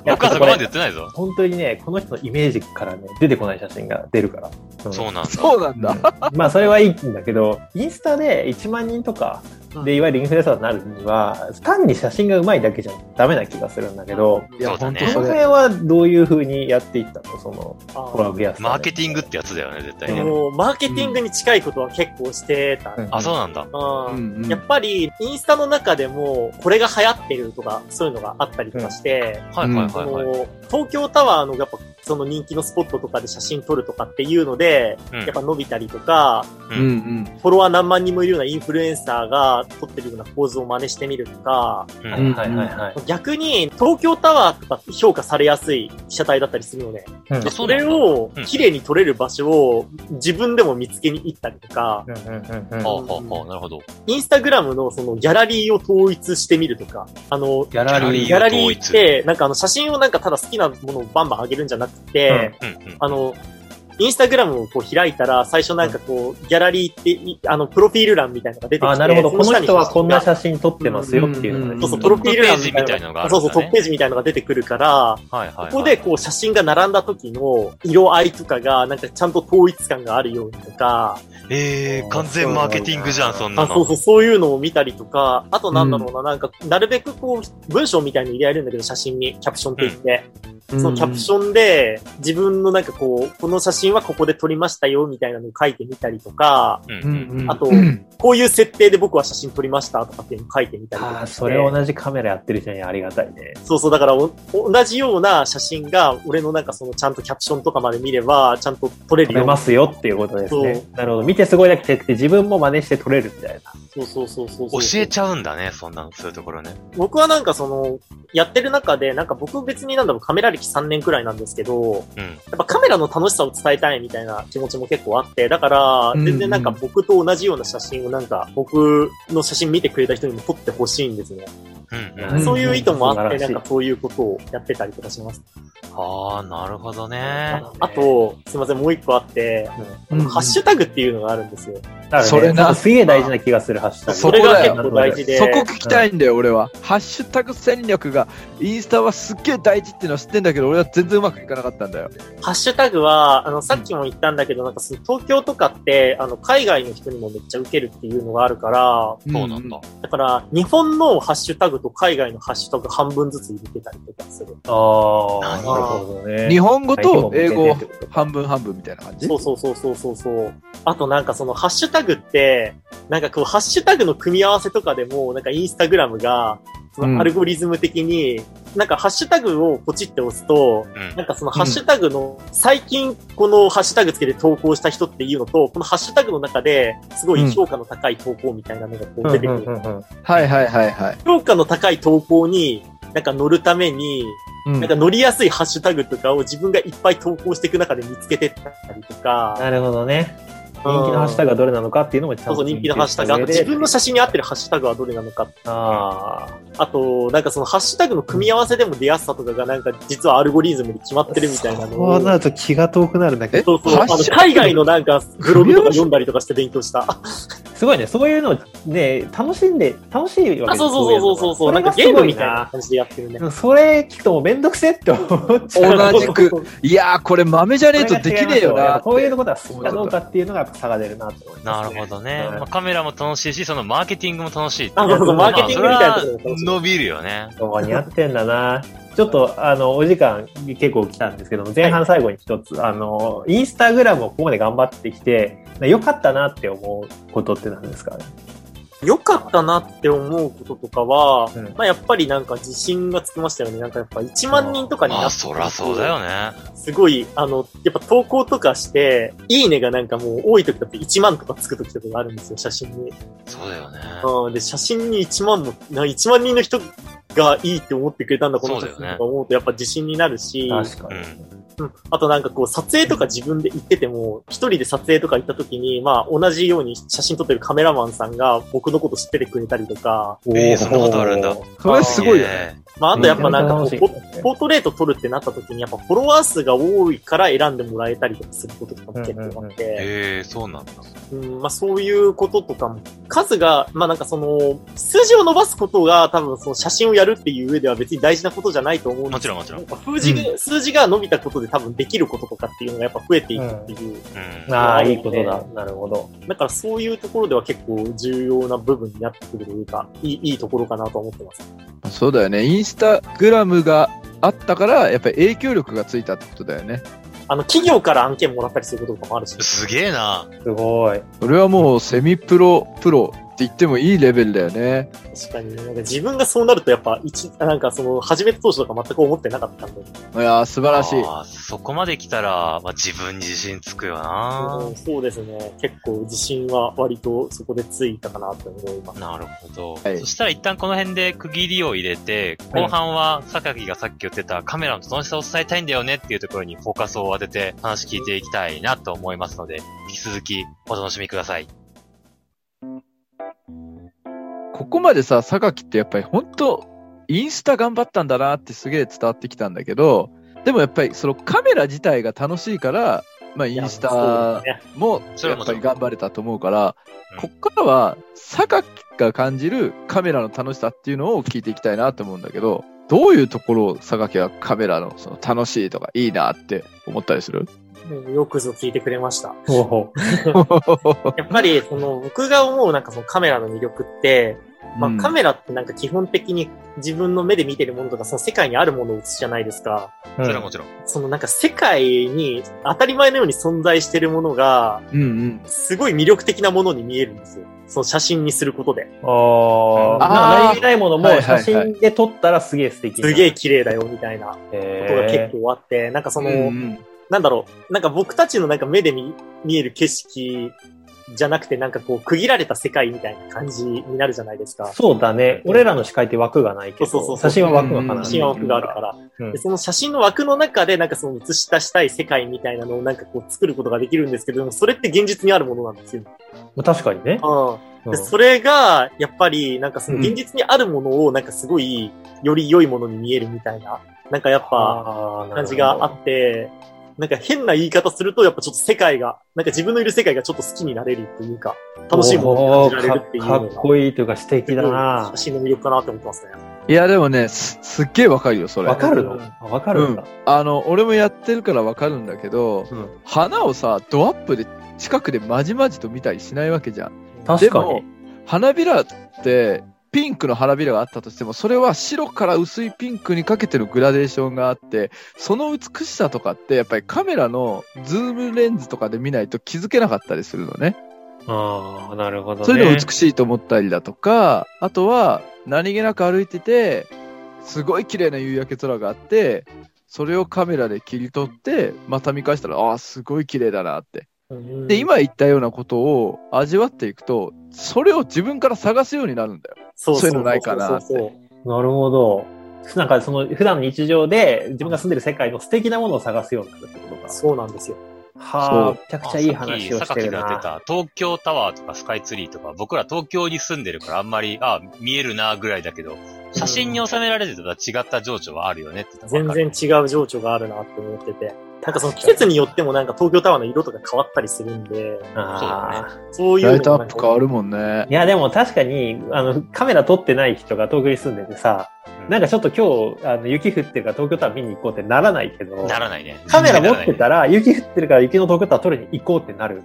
[SPEAKER 2] 僕はそこまで言ってないぞ。
[SPEAKER 3] 本当にね、この人のイメージからね、出てこない写真が出るから。うん
[SPEAKER 2] そうなんだ。
[SPEAKER 1] そうなんだ。
[SPEAKER 3] うんまあそれはいいんだけど、インスタで1万人とかで、いわゆるインフルエンサーになるには、単に写真がうまいだけじゃダメな気がするんだけど、
[SPEAKER 1] いや、
[SPEAKER 2] そうだ
[SPEAKER 1] ほん
[SPEAKER 2] ね
[SPEAKER 1] と
[SPEAKER 3] こ
[SPEAKER 1] そ
[SPEAKER 3] の
[SPEAKER 1] れ。
[SPEAKER 3] 辺はどういうふうにやっていったのその、
[SPEAKER 4] あー
[SPEAKER 3] フォロワー増やすため
[SPEAKER 2] マ
[SPEAKER 3] に
[SPEAKER 2] ーケティングってやつだよね、絶対
[SPEAKER 4] で
[SPEAKER 2] ね。
[SPEAKER 4] も、マーケティングに近いことは結構してた。
[SPEAKER 3] うん
[SPEAKER 2] あ、そうなんだ。
[SPEAKER 4] うん
[SPEAKER 1] うんうん
[SPEAKER 4] やっぱり、インスタの中でも、これが流行ってるとか、そういうのがあったりとかして、
[SPEAKER 2] はいはいは
[SPEAKER 4] そ
[SPEAKER 2] いはい。
[SPEAKER 4] の東京タワーのやっぱ、その人気のスポットとかで写真撮るとかっていうので、
[SPEAKER 2] うん
[SPEAKER 4] やっぱ伸びたりとか、
[SPEAKER 1] うんうん。
[SPEAKER 4] フォロワー何万人もいるようなインフルエンサーが撮ってるような構図を真似してみるとか、
[SPEAKER 2] うん
[SPEAKER 3] はいはいはいはい。
[SPEAKER 4] 逆に東京タワーとかって評価されやすい被写体だったりするので、
[SPEAKER 3] うん
[SPEAKER 2] あそ
[SPEAKER 4] そう
[SPEAKER 2] なん
[SPEAKER 4] れ
[SPEAKER 2] だ
[SPEAKER 4] を
[SPEAKER 2] うん
[SPEAKER 4] 綺麗に撮れる場所を自分でも見つけに行ったりとか、
[SPEAKER 3] うんうんうんうん
[SPEAKER 2] はあはあはあ、なるほど。
[SPEAKER 4] インスタグラムのそのギャラリーを統一してみるとか、あの、
[SPEAKER 3] ギャラリ
[SPEAKER 4] ギ
[SPEAKER 3] ー。
[SPEAKER 4] ャラリーって、なんかあの写真をなんかただ好きなものをバンバン上げるんじゃなくて、
[SPEAKER 2] うんうん。
[SPEAKER 4] あの、インスタグラムをこう開いたら、最初なんかこう、ギャラリーってい、あの、プロフィール欄みたいなのが出てきて、
[SPEAKER 3] あ、なるほど。こ
[SPEAKER 4] そ
[SPEAKER 3] の
[SPEAKER 4] 下に
[SPEAKER 3] 人はこんな写真撮ってますよっていうのが
[SPEAKER 1] うん
[SPEAKER 4] そうそう、
[SPEAKER 1] ん
[SPEAKER 4] プロフィール欄
[SPEAKER 2] トップページみたいなのがあるんだ
[SPEAKER 4] そう
[SPEAKER 2] ね
[SPEAKER 4] そう、トップページみたいなのが出てくるから、
[SPEAKER 2] はいはいはい。
[SPEAKER 4] ここでこう写真が並んだ時の色合いとかが、なんかちゃんと統一感があるようにとか、
[SPEAKER 2] えー、完全マーケティングじゃん、そんな
[SPEAKER 4] あ、そう
[SPEAKER 2] の。
[SPEAKER 4] そう、そういうのを見たりとか、あとなんだろうな、なんか、なるべくこう、文章みたいに入れられるんだけど、写真に、キャプションって言って。
[SPEAKER 1] う
[SPEAKER 4] そのキャプションで、自分のなんかこう、この写真はここで撮りましたよ、みたいなのを書いてみたりとか、
[SPEAKER 2] うん
[SPEAKER 1] う
[SPEAKER 2] うんん
[SPEAKER 1] うん
[SPEAKER 4] あと、こういう設定で僕は写真撮りましたとかっていうのを書いてみたりと
[SPEAKER 3] あ
[SPEAKER 4] か
[SPEAKER 3] あ、
[SPEAKER 4] して。
[SPEAKER 3] それ同じカメラやってる人にはありがたいね。
[SPEAKER 4] そうそう、だからお同じような写真が、俺のなんかそのちゃんとキャプションとかまで見れば、ちゃんと撮れ
[SPEAKER 3] 撮れ
[SPEAKER 4] るような。
[SPEAKER 3] ますよっていうことですね
[SPEAKER 4] そ。
[SPEAKER 3] なるほど。見てすごいだけじゃなくて、自分も真似して撮れるみたいな。
[SPEAKER 4] そうそうそうそう
[SPEAKER 2] 教
[SPEAKER 4] そう。
[SPEAKER 2] えちゃうんだね、そんなの、そういうところね。
[SPEAKER 4] 僕はなんかその、やってる中で、なんか僕別になんだろう、カメラ歴3年くらいなんですけど、
[SPEAKER 2] うん。
[SPEAKER 4] やっぱカメラの楽しさを伝えたいみたいな気持ちも結構あって、だから
[SPEAKER 1] うんう、ん
[SPEAKER 4] 全然なんか僕と同じような写真をなんか、僕の写真見てくれた人にも撮ってほしいんですね。
[SPEAKER 2] うん、
[SPEAKER 3] うん
[SPEAKER 4] そういう意図もあって、
[SPEAKER 3] 素晴ら
[SPEAKER 4] な
[SPEAKER 3] しい
[SPEAKER 4] んかそういうことをやってたりとかします。
[SPEAKER 2] ああ、なるほどね。
[SPEAKER 4] ああと、すいません、もう一個あって、
[SPEAKER 1] うんうん
[SPEAKER 4] ハッシュタグっていうのがあるんですよ。
[SPEAKER 3] だからね
[SPEAKER 1] それな
[SPEAKER 3] すげえ大事な気がする、ハッシュタグ。
[SPEAKER 1] そ
[SPEAKER 4] そ
[SPEAKER 1] こ
[SPEAKER 4] れが
[SPEAKER 1] だ
[SPEAKER 4] 結
[SPEAKER 1] よ
[SPEAKER 4] 構大事で。
[SPEAKER 1] そこ聞きたいんだよ、俺は。ハッシュタグ戦略が、インスタはすっげえ大事っていうのは知ってんだけど、俺は全然うまくいかなかったんだよ。
[SPEAKER 4] ハッシュタグは、あの、さっきも言ったんだけど、なんかその東京とかって、あの、海外の人にもめっちゃ受けるっていうのがあるから、
[SPEAKER 2] そうなんだ。
[SPEAKER 4] だから、日本のハッシュタグと海外のハッシュタグ半分ずつ入れてたりとかする。
[SPEAKER 3] ああ、
[SPEAKER 2] なる
[SPEAKER 3] なるほどね。
[SPEAKER 1] 日本語と英語
[SPEAKER 3] 相手も向けてってこと
[SPEAKER 1] 半分半分みたいな感じ
[SPEAKER 4] そうそうそうそうそうそう。あとなんかそのハッシュタグって、なんかこうハッシュタグの組み合わせとかでも、なんかインスタグラムが、そ
[SPEAKER 1] うん
[SPEAKER 4] のアルゴリズム的に、なんかハッシュタグをポチって押すと、
[SPEAKER 2] うん。
[SPEAKER 4] なんかそのハッシュタグの、最近このハッシュタグつけて投稿した人っていうのと、このハッシュタグの中ですごい評価の高い投稿みたいなのがこう出て
[SPEAKER 3] う
[SPEAKER 4] くる。
[SPEAKER 3] んうんうんうん
[SPEAKER 1] はいはいはいはい。
[SPEAKER 4] 評価の高い投稿に、なんか乗るために、
[SPEAKER 1] うん
[SPEAKER 4] なんか乗りやすいハッシュタグとかを自分がいっぱい投稿していく中で見つけてったりとか、
[SPEAKER 3] なるほどね。人気のハッシュタグはどれなのかっていうのもちゃん
[SPEAKER 4] そう
[SPEAKER 3] と
[SPEAKER 4] そう人気のハッシュタグ、あと自分の写真に合ってるハッシュタグはどれなのか、
[SPEAKER 3] ああ。
[SPEAKER 4] あと、なんかそのハッシュタグの組み合わせでも出やすさとかがなんか実はアルゴリズムで決まってるみたいなの
[SPEAKER 3] そうな
[SPEAKER 4] を。
[SPEAKER 3] ると気が遠くなるんだけ
[SPEAKER 1] え
[SPEAKER 3] ど。
[SPEAKER 4] そうそう。あ
[SPEAKER 1] ハッ
[SPEAKER 4] の
[SPEAKER 1] シュタグ
[SPEAKER 4] 海外のなんかブログとか読んだりとかして勉強した。
[SPEAKER 3] すごいね。そういうのをね、楽しんで、楽しいわけです
[SPEAKER 4] あ、そうそうそうそうそう。
[SPEAKER 3] れ
[SPEAKER 4] なん
[SPEAKER 3] が
[SPEAKER 4] か
[SPEAKER 3] す
[SPEAKER 4] ゲー
[SPEAKER 3] ご
[SPEAKER 4] ムみたいな。感じでやってるね。
[SPEAKER 3] それ聞くともうめんどくせえって思っちゃう。
[SPEAKER 1] 同じく。いやー、これ豆じゃねえとできねえよな。
[SPEAKER 3] こういう
[SPEAKER 1] の。
[SPEAKER 3] ことが好きかどうかっていうのがやっぱ差が出るなと思います、
[SPEAKER 2] な るほどね。
[SPEAKER 3] はい
[SPEAKER 2] まあ、カメラも楽しいし、そのマーケティングも楽しい。
[SPEAKER 4] あ、そうそう、マーケティングみたいな
[SPEAKER 2] まあ
[SPEAKER 4] ところも楽し
[SPEAKER 2] そ
[SPEAKER 4] い
[SPEAKER 2] れは伸びるよね。
[SPEAKER 3] どうにやってんだな。ちょっと、あの、お時間結構来たんですけども、前半最後に一つ、あの、インスタグラムをここまで頑張ってきて、良かったなって思うことって何ですかね。
[SPEAKER 4] 良かったなって思うこととかは、
[SPEAKER 3] うん
[SPEAKER 4] まあやっぱりなんか自信がつきましたよね。なんかやっぱ1万人とかにな
[SPEAKER 2] ま
[SPEAKER 4] っ
[SPEAKER 2] あ、
[SPEAKER 4] て、
[SPEAKER 2] そらそうだよね。
[SPEAKER 4] すごい、あの、やっぱ投稿とかして、いいねがなんかもう多い時だって1万とかつく時とかがあるんですよ、写真に。
[SPEAKER 2] そうだよね。
[SPEAKER 4] うん、で、写真に1万も、な1万人の人がいいって思ってくれたんだ、この写
[SPEAKER 2] そうだ
[SPEAKER 4] 真
[SPEAKER 2] よね
[SPEAKER 4] とか思うとやっぱ自信になるし、
[SPEAKER 3] 確かに。
[SPEAKER 4] うんあとなんかこう撮影とか自分で行ってても、一人で撮影とか行った時に、まあ同じように写真撮ってるカメラマンさんが僕のこと知っててくれたりとか、
[SPEAKER 2] えーそんなことあるんだ
[SPEAKER 1] それすごいよね。
[SPEAKER 2] ね。
[SPEAKER 4] まああとやっぱなんかこ
[SPEAKER 3] 楽
[SPEAKER 4] う
[SPEAKER 3] しい
[SPEAKER 4] ポ、ポートレート撮るってなった時にやっぱフォロワー数が多いから選んでもらえたりとかすることとかも結構あって、
[SPEAKER 2] ええそうなんだ。
[SPEAKER 4] うんまあそういうこととかも、数が、まあなんかその、数字を伸ばすことが多分その写真をやるっていう上では別に大事なことじゃないと思うんで
[SPEAKER 2] も
[SPEAKER 4] す
[SPEAKER 2] ち
[SPEAKER 4] け
[SPEAKER 2] ろん
[SPEAKER 4] ど
[SPEAKER 2] もちろん。う
[SPEAKER 4] やっぱ数字が、数字が伸びたことで多分できることとかっていうのがやっぱ増えていくっていう。
[SPEAKER 2] ん。
[SPEAKER 3] ああ、いいことだ。なるほど。
[SPEAKER 4] だからそういうところでは結構重要な部分になってくるというか、いいいいところかなと思ってます。
[SPEAKER 1] そうだよね。インスタグラムがあったから、やっぱり影響力がついたってことだよね。
[SPEAKER 4] あの、企業から案件もらったりすることとかもあるし。
[SPEAKER 2] すげえな。
[SPEAKER 3] すごい。
[SPEAKER 1] 俺はもうセミプロ、プロって言ってもいいレベルだよね。
[SPEAKER 4] 確かに、なんか自分がそうなるとやっぱ、一、なんかその、始めた当初とか全く思ってなかったんで。
[SPEAKER 1] いやー、素晴らしい。
[SPEAKER 2] あーそこまで来たら、まあ、自分自信つくよな
[SPEAKER 4] う。んそうですね。結構自信は割とそこでついたかなと思います。
[SPEAKER 2] なるほど、
[SPEAKER 1] はい
[SPEAKER 2] そしたら一旦この辺で区切りを入れて、
[SPEAKER 3] はい
[SPEAKER 2] 後半は榊がさっき言ってたカメラの楽しさを伝えたいんだよねっていうところにフォーカスを当てて話聞いていきたいなと思いますので、引き続きお楽しみください。
[SPEAKER 1] ここまでさ、榊ってやっぱり本当インスタ頑張ったんだなってすげえ伝わってきたんだけど、でもやっぱりそのカメラ自体が楽しいから、まあインス
[SPEAKER 4] い
[SPEAKER 1] タ
[SPEAKER 4] やそうですね
[SPEAKER 1] も
[SPEAKER 2] それ
[SPEAKER 1] や
[SPEAKER 2] は
[SPEAKER 1] っぱ
[SPEAKER 2] もちろ
[SPEAKER 1] り
[SPEAKER 2] ん
[SPEAKER 1] 頑張れたと思うから、
[SPEAKER 2] うん
[SPEAKER 1] こっからは榊が感じるカメラの楽しさっていうのを聞いていきたいなと思うんだけど、どういうところを榊はカメラのその楽しいとかいいなって思ったりする
[SPEAKER 4] うんよくぞ聞いてくれました。
[SPEAKER 3] おお。
[SPEAKER 1] う
[SPEAKER 4] やっぱり、その、僕が思うなんかそのカメラの魅力って、 まあ
[SPEAKER 1] うん
[SPEAKER 4] カメラってなんか基本的に自分の目で見てるものとか、その世界にあるものを映すじゃないですか。
[SPEAKER 3] う
[SPEAKER 2] そ
[SPEAKER 3] ん
[SPEAKER 2] れはもちろん。
[SPEAKER 4] そのなんか世界に当たり前のように存在してるものが、
[SPEAKER 1] うんうん。
[SPEAKER 4] すごい魅力的なものに見えるんですよ。その写真にすることで。
[SPEAKER 3] ああ、
[SPEAKER 1] あー
[SPEAKER 3] 何気ないものも
[SPEAKER 1] はいはいは
[SPEAKER 3] 写
[SPEAKER 1] い
[SPEAKER 3] 真で撮ったらすげえ素敵な
[SPEAKER 4] すげえ綺麗だよ、みたいなこ
[SPEAKER 3] え
[SPEAKER 4] とが結構あって、なんかその、なんだろう、なんか僕たちのなんか目で見見える景色じゃなくて、なんかこう区切られた世界みたいな感じになるじゃないですか。
[SPEAKER 3] そうだね。俺らの視界って枠がないけど、
[SPEAKER 4] そうそうそう
[SPEAKER 3] 写真は枠がかな
[SPEAKER 1] うん
[SPEAKER 4] 写真は枠があるから、
[SPEAKER 3] うん
[SPEAKER 4] でその写真の枠の中でなんかその映し出したい世界みたいなのをなんかこう作ることができるんですけどでもそれって現実にあるものなんですよ。
[SPEAKER 3] まあ確かにね。
[SPEAKER 4] うん、で
[SPEAKER 3] うん
[SPEAKER 4] それがやっぱりなんかその現実にあるものをなんかすごいより良いものに見えるみたいななんかやっぱ
[SPEAKER 3] あー
[SPEAKER 4] 感じがあ
[SPEAKER 3] なる
[SPEAKER 4] ってなんか変な言い方するとやっぱちょっと世界がなんか自分のいる世界がちょっと好きになれるというか
[SPEAKER 3] ほど
[SPEAKER 4] 楽しいもの
[SPEAKER 3] お
[SPEAKER 4] に感じられるっ
[SPEAKER 3] ー
[SPEAKER 4] ていう
[SPEAKER 3] か
[SPEAKER 4] の
[SPEAKER 3] か
[SPEAKER 4] が
[SPEAKER 3] っこいいというか素敵だな
[SPEAKER 4] 写。真の魅力かなって思ってますね。
[SPEAKER 1] いや、でもね、すすっげえわかるよ、それ
[SPEAKER 3] わ。かるのあわかるんだ。
[SPEAKER 1] あの、俺もやってるからわかるんだけど、
[SPEAKER 3] うん
[SPEAKER 1] 花をさ、ドアップで近くでまじまじと見たりしないわけじゃん。
[SPEAKER 3] 確かに。
[SPEAKER 1] 花びらって、ピンクの花びらがあったとしても、それは白から薄いピンクにかけてのグラデーションがあって、その美しさとかって、やっぱりカメラのズームレンズとかで見ないと気づけなかったりするのね。
[SPEAKER 3] ああ、なるほどね。
[SPEAKER 1] それでも美しいと思ったりだとか、あとは何気なく歩いてて、すごい綺麗な夕焼け空があって、それをカメラで切り取って、また見返したら、ああ、すごい綺麗だなって。
[SPEAKER 4] うん
[SPEAKER 1] で、今言ったようなことを味わっていくと、それを自分から探すようになるんだよ。
[SPEAKER 4] そ
[SPEAKER 1] そういうのないかなって
[SPEAKER 4] そうそうそう
[SPEAKER 3] なるほど。なんかその普段の日常で自分が住んでる世界の素敵なものを探すようになるってことか。
[SPEAKER 4] そうなんですよ。
[SPEAKER 3] は
[SPEAKER 1] そ
[SPEAKER 3] あ、
[SPEAKER 1] う
[SPEAKER 3] めちゃくちゃいい話をしてる
[SPEAKER 2] あさっきさっき
[SPEAKER 3] な。
[SPEAKER 2] が出た、東京タワーとかスカイツリーとか、僕ら東京に住んでるからあんまり、あ、見えるなぐらいだけど、写真に収められてたら違った情緒はあるよねって。
[SPEAKER 4] 全然違う情緒があるなって思ってて。なんかその季節によってもなんか東京タワーの色とか変わったりするんで、
[SPEAKER 3] あー
[SPEAKER 4] そういうの
[SPEAKER 1] ライト
[SPEAKER 4] も
[SPEAKER 1] ア
[SPEAKER 4] なん
[SPEAKER 1] ッ
[SPEAKER 4] か
[SPEAKER 1] プ変わるもんね
[SPEAKER 3] い。や、でも確かに、あの、カメラ撮ってない人が東京に住んでてさ、なんかちょっと今日、あの、雪降ってるから東京タワー見に行こうってならないけど、
[SPEAKER 2] ならないね。
[SPEAKER 3] カメラ持って
[SPEAKER 2] ら
[SPEAKER 3] たら、雪降ってるから雪の東京タワー撮りに行こうってなる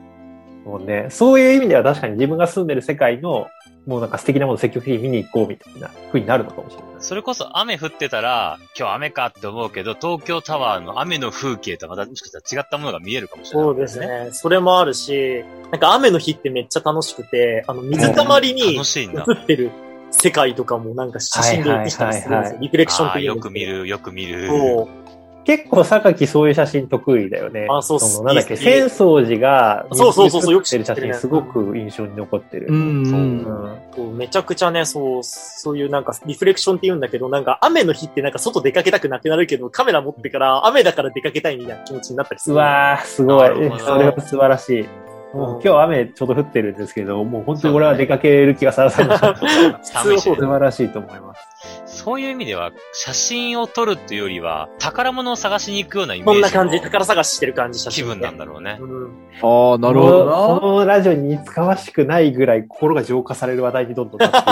[SPEAKER 3] もんね。そういう意味では確かに自分が住んでる世界の、もうなんか素敵なものを積極的に見に行こうみたいな風になるのかもしれない。
[SPEAKER 2] それこそ雨降ってたら、今日雨かって思うけど、東京タワーの雨の風景とはまたもしかしたら違ったものが見えるかもしれない、
[SPEAKER 4] そうです。ね。それもあるし、なんか雨の日ってめっちゃ楽しくて、あの水たまりに映
[SPEAKER 2] 楽しいんだ。
[SPEAKER 4] ってる世界とかもなんか写真で映したりするん
[SPEAKER 3] はいはいは
[SPEAKER 4] です
[SPEAKER 3] いは
[SPEAKER 4] よ。
[SPEAKER 3] い
[SPEAKER 4] リフレクション
[SPEAKER 2] あ
[SPEAKER 4] っ
[SPEAKER 2] あ、
[SPEAKER 4] ていう
[SPEAKER 2] よ
[SPEAKER 4] の
[SPEAKER 2] く見る、よく見る。
[SPEAKER 4] そう。
[SPEAKER 3] 結構榊そういう写真得意だよね。
[SPEAKER 4] あそう
[SPEAKER 3] そ
[SPEAKER 4] 好
[SPEAKER 3] のな
[SPEAKER 4] き
[SPEAKER 3] んだっけ、
[SPEAKER 4] 好き
[SPEAKER 3] 浅草寺が、
[SPEAKER 4] そうそうそうそう
[SPEAKER 3] よく知ってる写真
[SPEAKER 4] よく知ってる
[SPEAKER 3] すご
[SPEAKER 4] ね
[SPEAKER 3] く印象に残ってる。
[SPEAKER 1] うん、う。
[SPEAKER 3] うんん
[SPEAKER 4] こうめちゃくちゃね、そう、そういうなんかリフレクションって言うんだけど、なんか雨の日ってなんか外出かけたくなくなるけど、カメラ持ってから雨だから出かけたいみたいな気持ちになったりす
[SPEAKER 3] う
[SPEAKER 4] る。
[SPEAKER 3] わー、すごい
[SPEAKER 2] なるほ。ど
[SPEAKER 3] それは素晴らしい。もう今日雨ちょっと降ってるんですけど、もう本当に俺は出かける気がさらさらし
[SPEAKER 2] そうだね寒いしね
[SPEAKER 4] 普通
[SPEAKER 3] 素晴らしいと思います。
[SPEAKER 2] そういう意味では、写真を撮るというよりは、宝物を探しに行くようなイメー
[SPEAKER 4] こん
[SPEAKER 2] ジの
[SPEAKER 4] な感じ、宝探ししてる感じ、写
[SPEAKER 2] 気
[SPEAKER 4] 真で。
[SPEAKER 2] 分なんだろう ね。
[SPEAKER 4] うん。
[SPEAKER 1] ああ、なるほど
[SPEAKER 3] この
[SPEAKER 1] な。
[SPEAKER 3] このラジオに似つかわしくないぐらい心が浄化される話題にどんどんなっていく。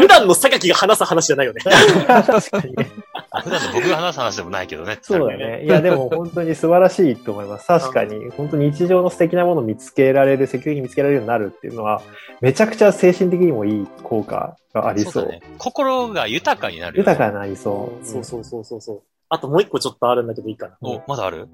[SPEAKER 4] 普段の榊が話す話じゃないよね。
[SPEAKER 3] 確かにね。
[SPEAKER 2] 普段の僕が話す話でもないけどね。
[SPEAKER 3] そうだね。いや、でも本当に素晴らしいと思います。確かに、本当に日常の素敵なものを見つけられる、積極的に見つけられるようになるっていうのは、めちゃくちゃ精神的にもいい効果がありそう。
[SPEAKER 2] そうだね。心が豊かになるよね。
[SPEAKER 3] 豊かになりそう。
[SPEAKER 4] そうそうそうそうそう。あともう一個ちょっとあるんだけどいいかな。
[SPEAKER 2] お、まだある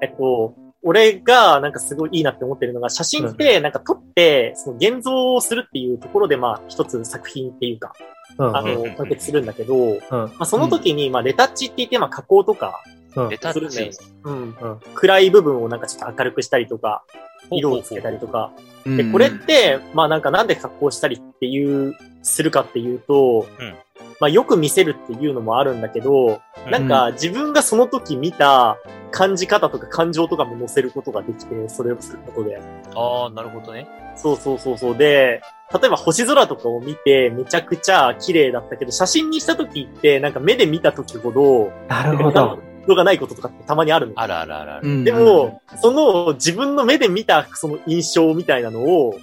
[SPEAKER 4] えっと、俺がなんかすごいいいなって思ってるのが、写真ってなんか撮って、その現像をするっていうところでまあ一つ作品っていうか、
[SPEAKER 3] うん。
[SPEAKER 4] あ
[SPEAKER 2] うんうんう
[SPEAKER 4] の
[SPEAKER 2] ん、
[SPEAKER 4] 完結するんだけど、ま
[SPEAKER 3] うん。
[SPEAKER 4] あその時にまあレタッチって言ってまあ加工とか、
[SPEAKER 3] うん
[SPEAKER 2] レ。タ
[SPEAKER 4] する
[SPEAKER 2] ッ
[SPEAKER 4] んだよ
[SPEAKER 2] チ
[SPEAKER 4] ね。うん
[SPEAKER 3] うん
[SPEAKER 4] 暗い部分をなんかちょっと明るくしたりとか、色をつけたりとか。で、これって、まあなんかなんで加工したりっていう、するかっていうと、
[SPEAKER 2] うん
[SPEAKER 4] まあよく見せるっていうのもあるんだけど、
[SPEAKER 2] うん
[SPEAKER 4] なんか自分がその時見た感じ方とか感情とかも載せることができて、それをすることで。
[SPEAKER 2] ああ、なるほどね。
[SPEAKER 4] そうそうそうそう。で、例えば星空とかを見てめちゃくちゃ綺麗だったけど、写真にした時ってなんか目で見た時ほど、
[SPEAKER 3] なる
[SPEAKER 4] な
[SPEAKER 3] ほ
[SPEAKER 4] んか
[SPEAKER 3] ど。
[SPEAKER 4] 感情がないこととかってたまにあるの。
[SPEAKER 2] あるあるあるある。
[SPEAKER 1] うん
[SPEAKER 4] でも、その自分の目で見たその印象みたいなのを、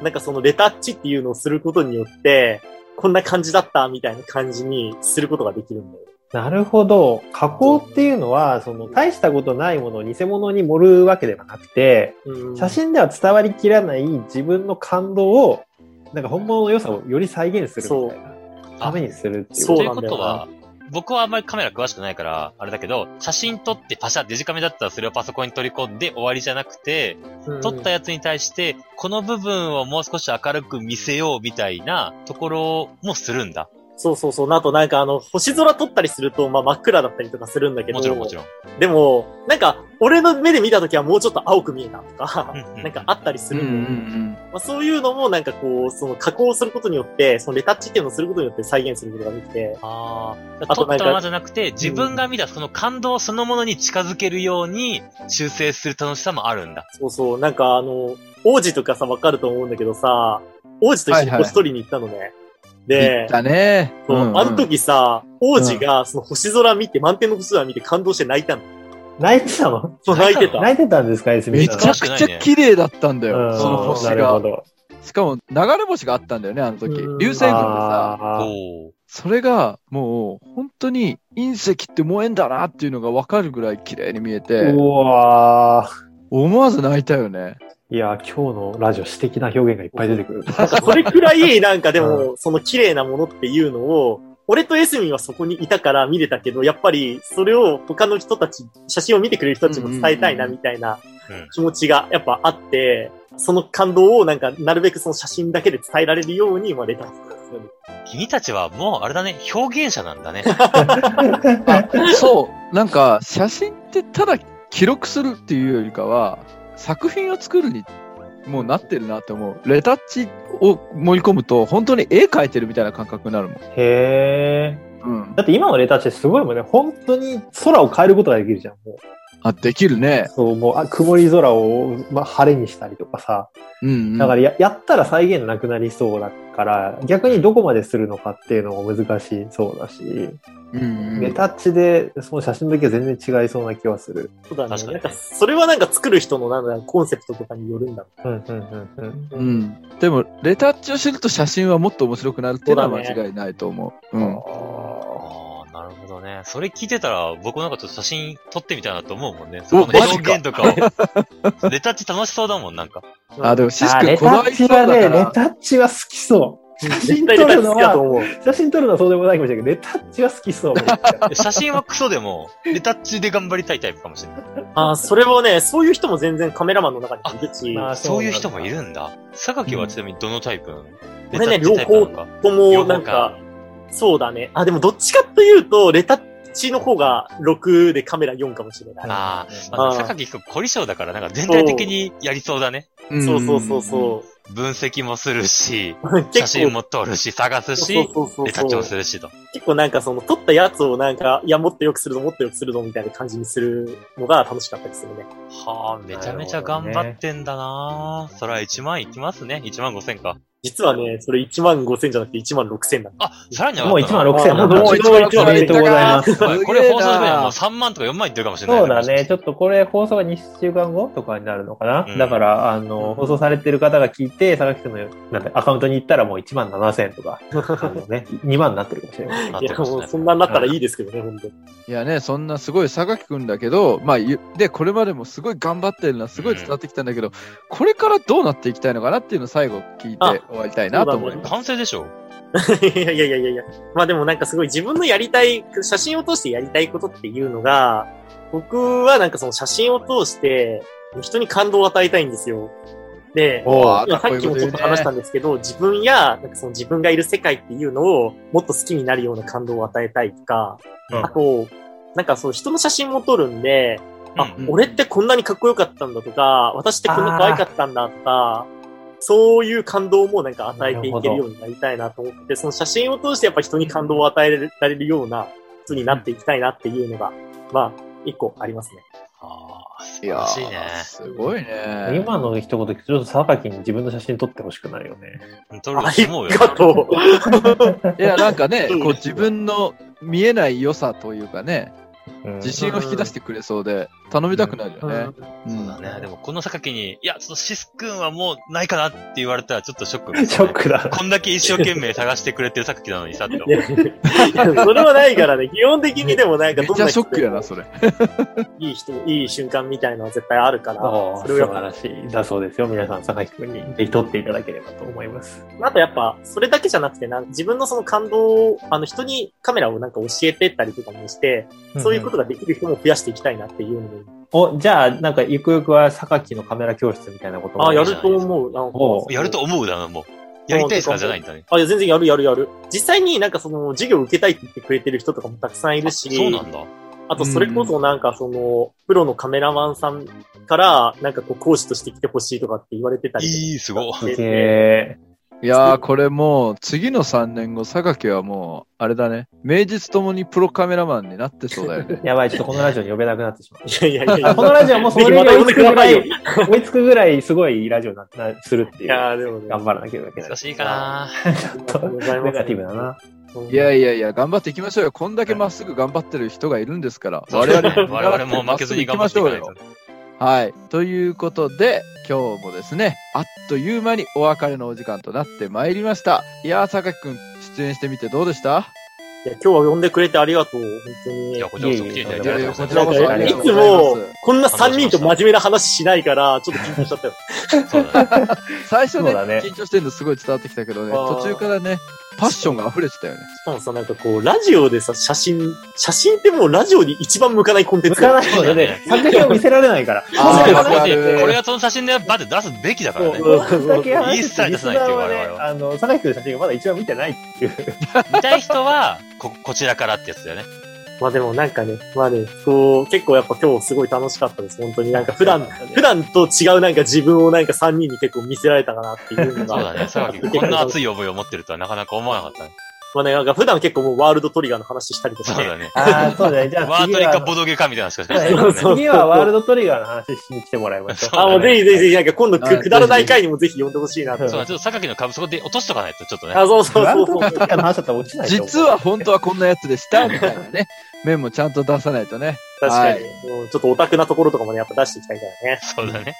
[SPEAKER 4] なんかそのレタッチっていうのをすることによって、こんな感じだったみたいな感じにすることができるんだよ。
[SPEAKER 3] なるほど。加工っていうのは、その、大したことないものを偽物に盛るわけではなくて、
[SPEAKER 4] うん
[SPEAKER 3] 写真では伝わりきらない自分の感動をなんか本物の良さをより再現するみたいな。ためにするっていう
[SPEAKER 4] そ
[SPEAKER 2] と
[SPEAKER 4] う
[SPEAKER 3] こ
[SPEAKER 2] いう
[SPEAKER 4] なん
[SPEAKER 2] こ
[SPEAKER 4] だよ
[SPEAKER 2] とは、僕はあんまりカメラ詳しくないから、あれだけど、写真撮ってパシャデジカメだったらそれをパソコンに取り込んで終わりじゃなくて、撮ったやつに対して、この部分をもう少し明るく見せようみたいなところもするんだ。
[SPEAKER 4] そうそうそう。あとなんかあの、星空撮ったりすると、まあ真っ暗だったりとかするんだけど。
[SPEAKER 2] もちろんもちろん。
[SPEAKER 4] でも、なんか、俺の目で見た時はもうちょっと青く見えたとか
[SPEAKER 2] うんうんう、ん
[SPEAKER 4] なんかあったりす
[SPEAKER 1] うん
[SPEAKER 4] る
[SPEAKER 1] うんん
[SPEAKER 4] で、
[SPEAKER 1] うん。
[SPEAKER 4] まあ、そういうのもなんかこう、その加工することによって、そのレタッチっていうのをすることによって再現することができて、
[SPEAKER 2] ああ。
[SPEAKER 4] あ
[SPEAKER 2] 撮
[SPEAKER 4] と
[SPEAKER 2] っ
[SPEAKER 4] なん
[SPEAKER 2] た
[SPEAKER 4] か
[SPEAKER 2] ままじゃなくて、自分が見たその感動そのものに近づけるように修正する楽しさもあるんだ。
[SPEAKER 4] そうそう、なんかあの、王子とかさ、わかると思うんだけどさ、王子と一緒に星取りに行ったのね。
[SPEAKER 1] 行
[SPEAKER 4] で
[SPEAKER 1] っ、たね。
[SPEAKER 4] そう
[SPEAKER 1] うんうん
[SPEAKER 4] あの時さ、王子がその星空見て、満天の星空見て感動して泣いたの。
[SPEAKER 3] 泣いてたの
[SPEAKER 4] そう
[SPEAKER 2] 泣い
[SPEAKER 4] 泣い
[SPEAKER 2] た
[SPEAKER 4] て
[SPEAKER 2] の
[SPEAKER 4] た。
[SPEAKER 3] 泣いてたんですか、エスミ
[SPEAKER 1] め
[SPEAKER 3] さん。
[SPEAKER 1] ちゃくちゃ綺麗だったんだ
[SPEAKER 3] う
[SPEAKER 1] よ、
[SPEAKER 3] ん
[SPEAKER 1] その星
[SPEAKER 3] なるほ
[SPEAKER 1] が。
[SPEAKER 3] ど。
[SPEAKER 1] しかも流れ星があったんだよね、あの時。
[SPEAKER 4] うん
[SPEAKER 1] 流星群でさ、
[SPEAKER 3] あー
[SPEAKER 2] おー
[SPEAKER 1] それがもう本当に隕石って燃えんだなっていうのが分かるぐらい綺麗に見えて、
[SPEAKER 3] うわー
[SPEAKER 1] 思わず泣いたよね。
[SPEAKER 3] いや、今日のラジオ、詩的な表現がいっぱい出てくる。
[SPEAKER 4] なん かそれくらい、なんかでも、その綺麗なものっていうのを、俺とエスミンはそこにいたから見れたけど、やっぱりそれを他の人たち、写真を見てくれる人たちも伝えたいな
[SPEAKER 1] うんうんうん
[SPEAKER 4] みたいな
[SPEAKER 2] うん
[SPEAKER 4] 気持ちがやっぱあって、その感動をなんかなるべくその写真だけで伝えられるようにまれた。
[SPEAKER 2] 君たちはもうあれだね、表現者なんだね。
[SPEAKER 1] あそう、なんか写真ってただ記録するっていうよりかは、作品を作るにもうなってるなって思う。レタッチを盛り込むと、本当に絵描いてるみたいな感覚になるもん。
[SPEAKER 3] へえ。
[SPEAKER 1] うん、
[SPEAKER 3] だって今のレタッチすごいもんね。本当に空を変えることができるじゃん。もう
[SPEAKER 1] あ、できるね。
[SPEAKER 3] そう、もう、あ曇り空を、まあ、晴れにしたりとかさ。
[SPEAKER 1] うん、うん。
[SPEAKER 3] だからや、やったら再現なくなりそうだから、逆にどこまでするのかっていうのも難しそうだし、
[SPEAKER 1] うんうん、
[SPEAKER 3] レタッチで、その写真だけは全然違いそうな気はする。
[SPEAKER 4] そうだね。
[SPEAKER 2] 確かに
[SPEAKER 4] なんか、それはなんか作る人のなんだコンセプトとかによるんだろう
[SPEAKER 3] うん、うん、うん、うん。
[SPEAKER 1] う。ん、でも、レタッチを知ると写真はもっと面白くなるっていうのは
[SPEAKER 4] そうだね
[SPEAKER 1] 間違いないと思う。
[SPEAKER 3] あ
[SPEAKER 1] うん。
[SPEAKER 3] ー
[SPEAKER 2] ああ、なるほどね。それ聞いてたら、僕なんかちょっと写真撮ってみたいなと思うもんね。そ
[SPEAKER 1] お
[SPEAKER 2] この
[SPEAKER 1] マジ
[SPEAKER 2] 表
[SPEAKER 1] か
[SPEAKER 2] 現とかを。 レタッチ楽しそうだもん、なんか。
[SPEAKER 1] あ、でも、シス
[SPEAKER 3] あ
[SPEAKER 1] 君
[SPEAKER 3] レ
[SPEAKER 1] こ
[SPEAKER 3] タ
[SPEAKER 1] の
[SPEAKER 3] ッチ
[SPEAKER 1] 間
[SPEAKER 3] は
[SPEAKER 1] だ
[SPEAKER 3] ね、
[SPEAKER 1] か
[SPEAKER 3] レ
[SPEAKER 1] ら、
[SPEAKER 3] タッチは好きそう。写真
[SPEAKER 4] 絶
[SPEAKER 3] 撮
[SPEAKER 4] 対レタッ
[SPEAKER 3] る
[SPEAKER 4] チ
[SPEAKER 3] の
[SPEAKER 4] 好きだと
[SPEAKER 3] は、
[SPEAKER 4] 思う。
[SPEAKER 3] 写真撮るのはそうでもないかもしれないけど、レタッチは好きそう。
[SPEAKER 2] 写真はクソでも、レタッチで頑張りたいタイプかもしれない。
[SPEAKER 4] あ、それをね、そういう人も全然カメラマンの中にいるし、
[SPEAKER 3] ああ
[SPEAKER 2] そういう人
[SPEAKER 3] そう
[SPEAKER 2] も
[SPEAKER 3] なんだ
[SPEAKER 2] いるんだ。榊はちなみにどのタイプなの
[SPEAKER 4] 俺
[SPEAKER 2] レ
[SPEAKER 4] ね
[SPEAKER 2] タッチタイプなのか
[SPEAKER 4] ともなんか、。そうだね。あ、でもどっちかというと、レタッチの方が6でカメラ4かもしれない。
[SPEAKER 2] あ
[SPEAKER 4] あ
[SPEAKER 2] ーまあ、榊君凝り性だから、なんか全体的にやりそうだね。
[SPEAKER 1] ん
[SPEAKER 4] そうそうそうそ
[SPEAKER 2] 分析もするし、
[SPEAKER 4] う。 結構
[SPEAKER 2] 写真も撮るし、探すし、
[SPEAKER 4] そうそう
[SPEAKER 2] レタ
[SPEAKER 4] そ
[SPEAKER 2] ッ
[SPEAKER 4] う
[SPEAKER 2] チ
[SPEAKER 4] そ
[SPEAKER 2] も
[SPEAKER 4] う
[SPEAKER 2] するしと。
[SPEAKER 4] 結構なんかその撮ったやつをなんか、いや、もっと良くするぞ、もっと良くするぞみたいな感じにするのが楽しかったりするね。
[SPEAKER 2] はあ、めちゃめちゃ頑張ってんだなそら1万いきますね。1万5千か。
[SPEAKER 4] 実はね、それ1万5千じゃなくて1万6千なの。
[SPEAKER 2] あ、さらに上
[SPEAKER 3] もう
[SPEAKER 2] がっ
[SPEAKER 3] 1
[SPEAKER 2] たな
[SPEAKER 3] 万6000円
[SPEAKER 4] あ
[SPEAKER 3] な
[SPEAKER 4] ー
[SPEAKER 3] ん
[SPEAKER 4] も
[SPEAKER 3] だ。
[SPEAKER 4] う
[SPEAKER 3] お
[SPEAKER 4] 1万6000
[SPEAKER 3] めでとうございます。
[SPEAKER 1] すげえな
[SPEAKER 2] これ放送すればもう3万とか4万いってるかもしれない。
[SPEAKER 3] そうだね。ちょっとこれ放送が2週間後とかになるのかな、
[SPEAKER 2] うん
[SPEAKER 3] だから、あの、放送されてる方が聞いて、佐々木君のなんだアカウントに行ったらもう1万7000円とか、あのね、2万になってるかもしれない。
[SPEAKER 2] なっ
[SPEAKER 4] い
[SPEAKER 2] て
[SPEAKER 4] や、
[SPEAKER 2] ます
[SPEAKER 4] も
[SPEAKER 2] ね
[SPEAKER 4] うそんなになったらいいですけどね、本当に。
[SPEAKER 1] いやね、そんなすごい榊君だけど、まあ、ゆで、これまでもすごい頑張ってるのはすごい伝わってきたんだけど、これからどうなっていきたいのかなっていうのを最後聞い
[SPEAKER 4] あ
[SPEAKER 1] て終わりたいなと思います。
[SPEAKER 2] 完成でしょ
[SPEAKER 4] いやいやいやいやいや。まあでもなんかすごい自分のやりたい、写真を通してやりたいことっていうのが、僕はなんかその写真を通して人に感動を与えたいんですよ。で、
[SPEAKER 3] お
[SPEAKER 1] あー
[SPEAKER 4] 今
[SPEAKER 1] か
[SPEAKER 4] さ
[SPEAKER 1] っこいい
[SPEAKER 4] っき
[SPEAKER 1] こと
[SPEAKER 4] もち
[SPEAKER 1] 言う
[SPEAKER 4] ょっ
[SPEAKER 1] ね
[SPEAKER 4] と話したんですけど、自分や、なんかその自分がいる世界っていうのをもっと好きになるような感動を与えたいとか、
[SPEAKER 2] うん
[SPEAKER 4] あと、なんかそう人の写真も撮るんで、あ、
[SPEAKER 2] うん
[SPEAKER 4] 俺ってこんなにかっこよかったんだとか、私ってこんな可愛かったんだとか、そういう感動もなんか与えていけるようになりたいなと思って、その写真を通してやっぱ人に感動を与えられるような人になっていきたいなっていうのが、まあ、一個ありますね。
[SPEAKER 2] ああ、素
[SPEAKER 1] い
[SPEAKER 2] 晴
[SPEAKER 1] や
[SPEAKER 2] らしいね。
[SPEAKER 1] ー、すごいね。
[SPEAKER 3] 今の一言聞くと、ちょっと佐々木に自分の写真撮ってほしくなるよね。
[SPEAKER 2] 撮る
[SPEAKER 4] あ
[SPEAKER 2] と
[SPEAKER 4] り
[SPEAKER 2] 思うよ。
[SPEAKER 4] がとう。
[SPEAKER 1] いや、なんかね、
[SPEAKER 4] うん
[SPEAKER 1] こう自分の見えない良さというかね、
[SPEAKER 3] うん
[SPEAKER 1] 自信を引き出してくれそうで、頼みたくなるよね。うん
[SPEAKER 2] そうだね。でも、この榊に、いや、ちょっとシス君はもうないかなって言われたらちょっとショックですね、
[SPEAKER 3] ショックだ。
[SPEAKER 2] こんだけ一生懸命探してくれてる榊なのにさって思
[SPEAKER 4] いや
[SPEAKER 2] う。
[SPEAKER 4] いやそれはないからね、基本的にでもなんか
[SPEAKER 1] めっ
[SPEAKER 4] どん
[SPEAKER 1] ち
[SPEAKER 4] な
[SPEAKER 1] ゃショッ
[SPEAKER 4] 人
[SPEAKER 1] ク
[SPEAKER 4] で
[SPEAKER 1] や
[SPEAKER 4] も
[SPEAKER 1] な、それ。
[SPEAKER 4] いい人、いい瞬間みたいのは絶対あるから、
[SPEAKER 3] おー
[SPEAKER 4] それ
[SPEAKER 3] 素
[SPEAKER 4] をやっ
[SPEAKER 3] 晴
[SPEAKER 4] ぱ、
[SPEAKER 3] らしい。だそうですよ。皆さん、榊君に、ぜひ撮っていただければと思います。
[SPEAKER 4] あとやっぱ、それだけじゃなくてなん自分のその感動を、あの人にカメラをなんか教えてったりとかもして、そういうことができる人も増やしていきたいなっていうのも、
[SPEAKER 3] お、じゃあ、なんか、ゆくゆくは、榊のカメラ教室みたいなことも
[SPEAKER 4] ああ、や
[SPEAKER 2] じゃ
[SPEAKER 4] る
[SPEAKER 2] ない
[SPEAKER 4] と思う。なんか
[SPEAKER 3] おう
[SPEAKER 2] やると思うだな、もう。やりたいですかじゃないんだね。
[SPEAKER 4] あ、いや、全然やるやるやる。実際になんかその、授業受けたいって言ってくれてる人とかもたくさんいるし、
[SPEAKER 2] そうなんだ。
[SPEAKER 4] あとそれこそなんかその、プロのカメラマンさんから、なんかこう、講師として来てほしいとかって言われてたりとか
[SPEAKER 2] いい、すごい。
[SPEAKER 3] すげ
[SPEAKER 1] いやー、これもう、次の3年後、榊はもう、あれだね。名実ともにプロカメラマンになってそうだよ ね。
[SPEAKER 3] ー。やばい、ちょっとこのラジオに呼べなくなってしまう。
[SPEAKER 4] いやいやいやいや
[SPEAKER 3] このラジオもうそれに
[SPEAKER 4] ぜひまた
[SPEAKER 3] 追い
[SPEAKER 4] 呼ん
[SPEAKER 3] つ
[SPEAKER 4] で
[SPEAKER 3] く
[SPEAKER 4] く
[SPEAKER 3] ぐ
[SPEAKER 4] だ
[SPEAKER 3] ら
[SPEAKER 4] さいよ
[SPEAKER 3] い、追いつくぐらいすごいいいラジオにななするってい
[SPEAKER 4] い
[SPEAKER 3] う。
[SPEAKER 4] やーでもね、
[SPEAKER 3] 頑張らなきゃいけない。
[SPEAKER 2] 難しいかな
[SPEAKER 4] あり
[SPEAKER 3] ちょ
[SPEAKER 4] が
[SPEAKER 3] っ
[SPEAKER 4] と
[SPEAKER 3] と
[SPEAKER 4] うございます
[SPEAKER 3] ネガティブだ な。
[SPEAKER 1] いやいやいや、頑張っていきましょうよ。こんだけまっすぐ頑張ってる人がいるんですから。
[SPEAKER 2] そう
[SPEAKER 1] 我
[SPEAKER 2] ですね
[SPEAKER 1] 々も。
[SPEAKER 2] 我々も負 けずに頑張っていかない
[SPEAKER 1] まっすぐ行きましょうよ
[SPEAKER 2] と。
[SPEAKER 1] はい。ということで、今日もですね、あっという間にお別れのお時間となってまいりました。いやー、榊くん、出演してみてどうでした
[SPEAKER 4] いや今日は呼んでくれてありがとう、本当に。
[SPEAKER 2] いや、こちらこそ来ていただい
[SPEAKER 1] い
[SPEAKER 2] てあ
[SPEAKER 1] や
[SPEAKER 2] り
[SPEAKER 1] いや、
[SPEAKER 2] がとう
[SPEAKER 1] こ
[SPEAKER 2] ご
[SPEAKER 1] ち
[SPEAKER 2] ざ
[SPEAKER 1] ら
[SPEAKER 2] い
[SPEAKER 1] こ
[SPEAKER 2] ま
[SPEAKER 1] そ
[SPEAKER 2] す。
[SPEAKER 1] ありがとうございます。
[SPEAKER 4] こんな3人と真面目な話しないから、ちょっと緊張しちゃったよ。
[SPEAKER 2] そうだね
[SPEAKER 1] 最初ね
[SPEAKER 3] そうだね
[SPEAKER 1] 緊張してるのすごい伝わってきたけどね、
[SPEAKER 4] あー
[SPEAKER 1] 途中からね、パッションが溢れてたよね。
[SPEAKER 4] しかもさ、なんかこう、ラジオでさ、写真、写真ってもうラジオに一番向かないコンテン
[SPEAKER 3] 向
[SPEAKER 4] ツだ
[SPEAKER 3] か
[SPEAKER 4] よ
[SPEAKER 3] ないので、作品を見せられないから。
[SPEAKER 1] あ
[SPEAKER 4] あ
[SPEAKER 1] あ、
[SPEAKER 4] ー
[SPEAKER 1] わ
[SPEAKER 4] わ
[SPEAKER 1] か
[SPEAKER 4] か
[SPEAKER 1] る。
[SPEAKER 2] これがその写真でバッて出すべきだからね。
[SPEAKER 4] そう
[SPEAKER 3] け
[SPEAKER 2] 一切出さないっていう我々は
[SPEAKER 3] あの、榊君の写真がまだ一番見てないっていう。
[SPEAKER 2] 見たい人は、こ、こちらからってやつだよね。
[SPEAKER 4] まあでもなんかね、まあね、こう、結構やっぱ今日すごい楽しかったです、本当に。なんか普段、普段と違うなんか自分をなんか3人に結構見せられたかなっていうの
[SPEAKER 2] そうだ
[SPEAKER 4] が。
[SPEAKER 2] ね。さき こんな熱い思いを持ってるとはなかなか思わなかったね。
[SPEAKER 4] まあね、なんか普段結構もうワールドトリガーの話したりと
[SPEAKER 2] そ
[SPEAKER 4] か
[SPEAKER 2] う
[SPEAKER 4] ね。
[SPEAKER 2] だね。
[SPEAKER 3] ああ、そうだね。じゃあ
[SPEAKER 2] ワー
[SPEAKER 3] 次
[SPEAKER 2] トリか
[SPEAKER 3] は、
[SPEAKER 2] ボドゲかみたいな話しかし
[SPEAKER 3] そう
[SPEAKER 2] な
[SPEAKER 3] だ
[SPEAKER 2] い
[SPEAKER 3] ね
[SPEAKER 2] からね。
[SPEAKER 3] 次はワールドトリガーの話しに来てもらいましょう。
[SPEAKER 4] あ、もうぜひぜひぜひ、なんか今度
[SPEAKER 1] はい
[SPEAKER 4] くくだらない回にもぜひ呼んでほしいなって。
[SPEAKER 2] そうだ、ちょっと榊の株そこで落としとかないと、ちょっとね。
[SPEAKER 4] あ、そうそう
[SPEAKER 3] ワー
[SPEAKER 4] そ
[SPEAKER 3] ル
[SPEAKER 4] う
[SPEAKER 3] ド
[SPEAKER 4] そう
[SPEAKER 3] ト。リガーの話だったら落ちないと思う
[SPEAKER 1] 実は本当はこんなやつでした、みたいなね。面もちゃんと出さないとね。
[SPEAKER 4] 確かに
[SPEAKER 1] は。
[SPEAKER 4] うんちょっとオタクなところとかもね、やっぱ出していきたいからね。
[SPEAKER 2] そうだね。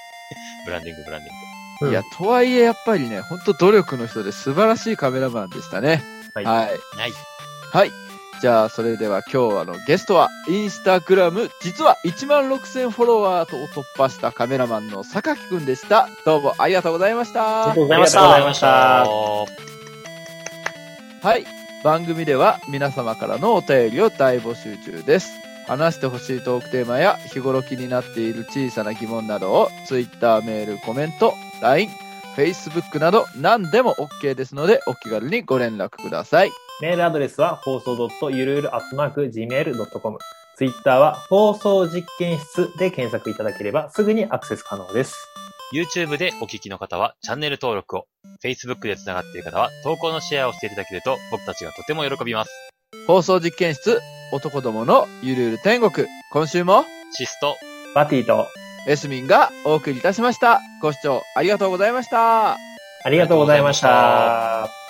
[SPEAKER 2] ブランディング、ブランディン
[SPEAKER 3] うん
[SPEAKER 1] いや、とはいえやっぱりね、本当努力の人で素晴らしいカメラマンでしたね。
[SPEAKER 3] はい
[SPEAKER 1] はい
[SPEAKER 2] グ。ない。
[SPEAKER 1] はい。じゃあ、それでは今日はのゲストは、インスタグラム、実は1万6000フォロワーとを突破したカメラマンの榊くんでした。どうもありがとうございました。
[SPEAKER 4] りがとうございました
[SPEAKER 3] ありがとうございました。
[SPEAKER 1] はい。番組では皆様からのお便りを大募集中です。話してほしいトークテーマや日頃気になっている小さな疑問などを Twitter、メール、コメント、LINE、Facebook など何でも OK ですのでお気軽にご連絡ください。
[SPEAKER 3] メールアドレスは放送ゆるゆるアットマーク gmail.com。ツイッターは放送実験室で検索いただければすぐにアクセス可能です。
[SPEAKER 2] YouTube でお聞きの方はチャンネル登録を、Facebook でつながっている方は投稿のシェアをしていただけると僕たちがとても喜びます。
[SPEAKER 1] 放送実験室、男どものゆるゆる天国。今週も
[SPEAKER 2] シスト、
[SPEAKER 3] バティと
[SPEAKER 1] エスミンがお送りいたしました。ご視聴ありがとうございました。
[SPEAKER 3] ありがとうございました。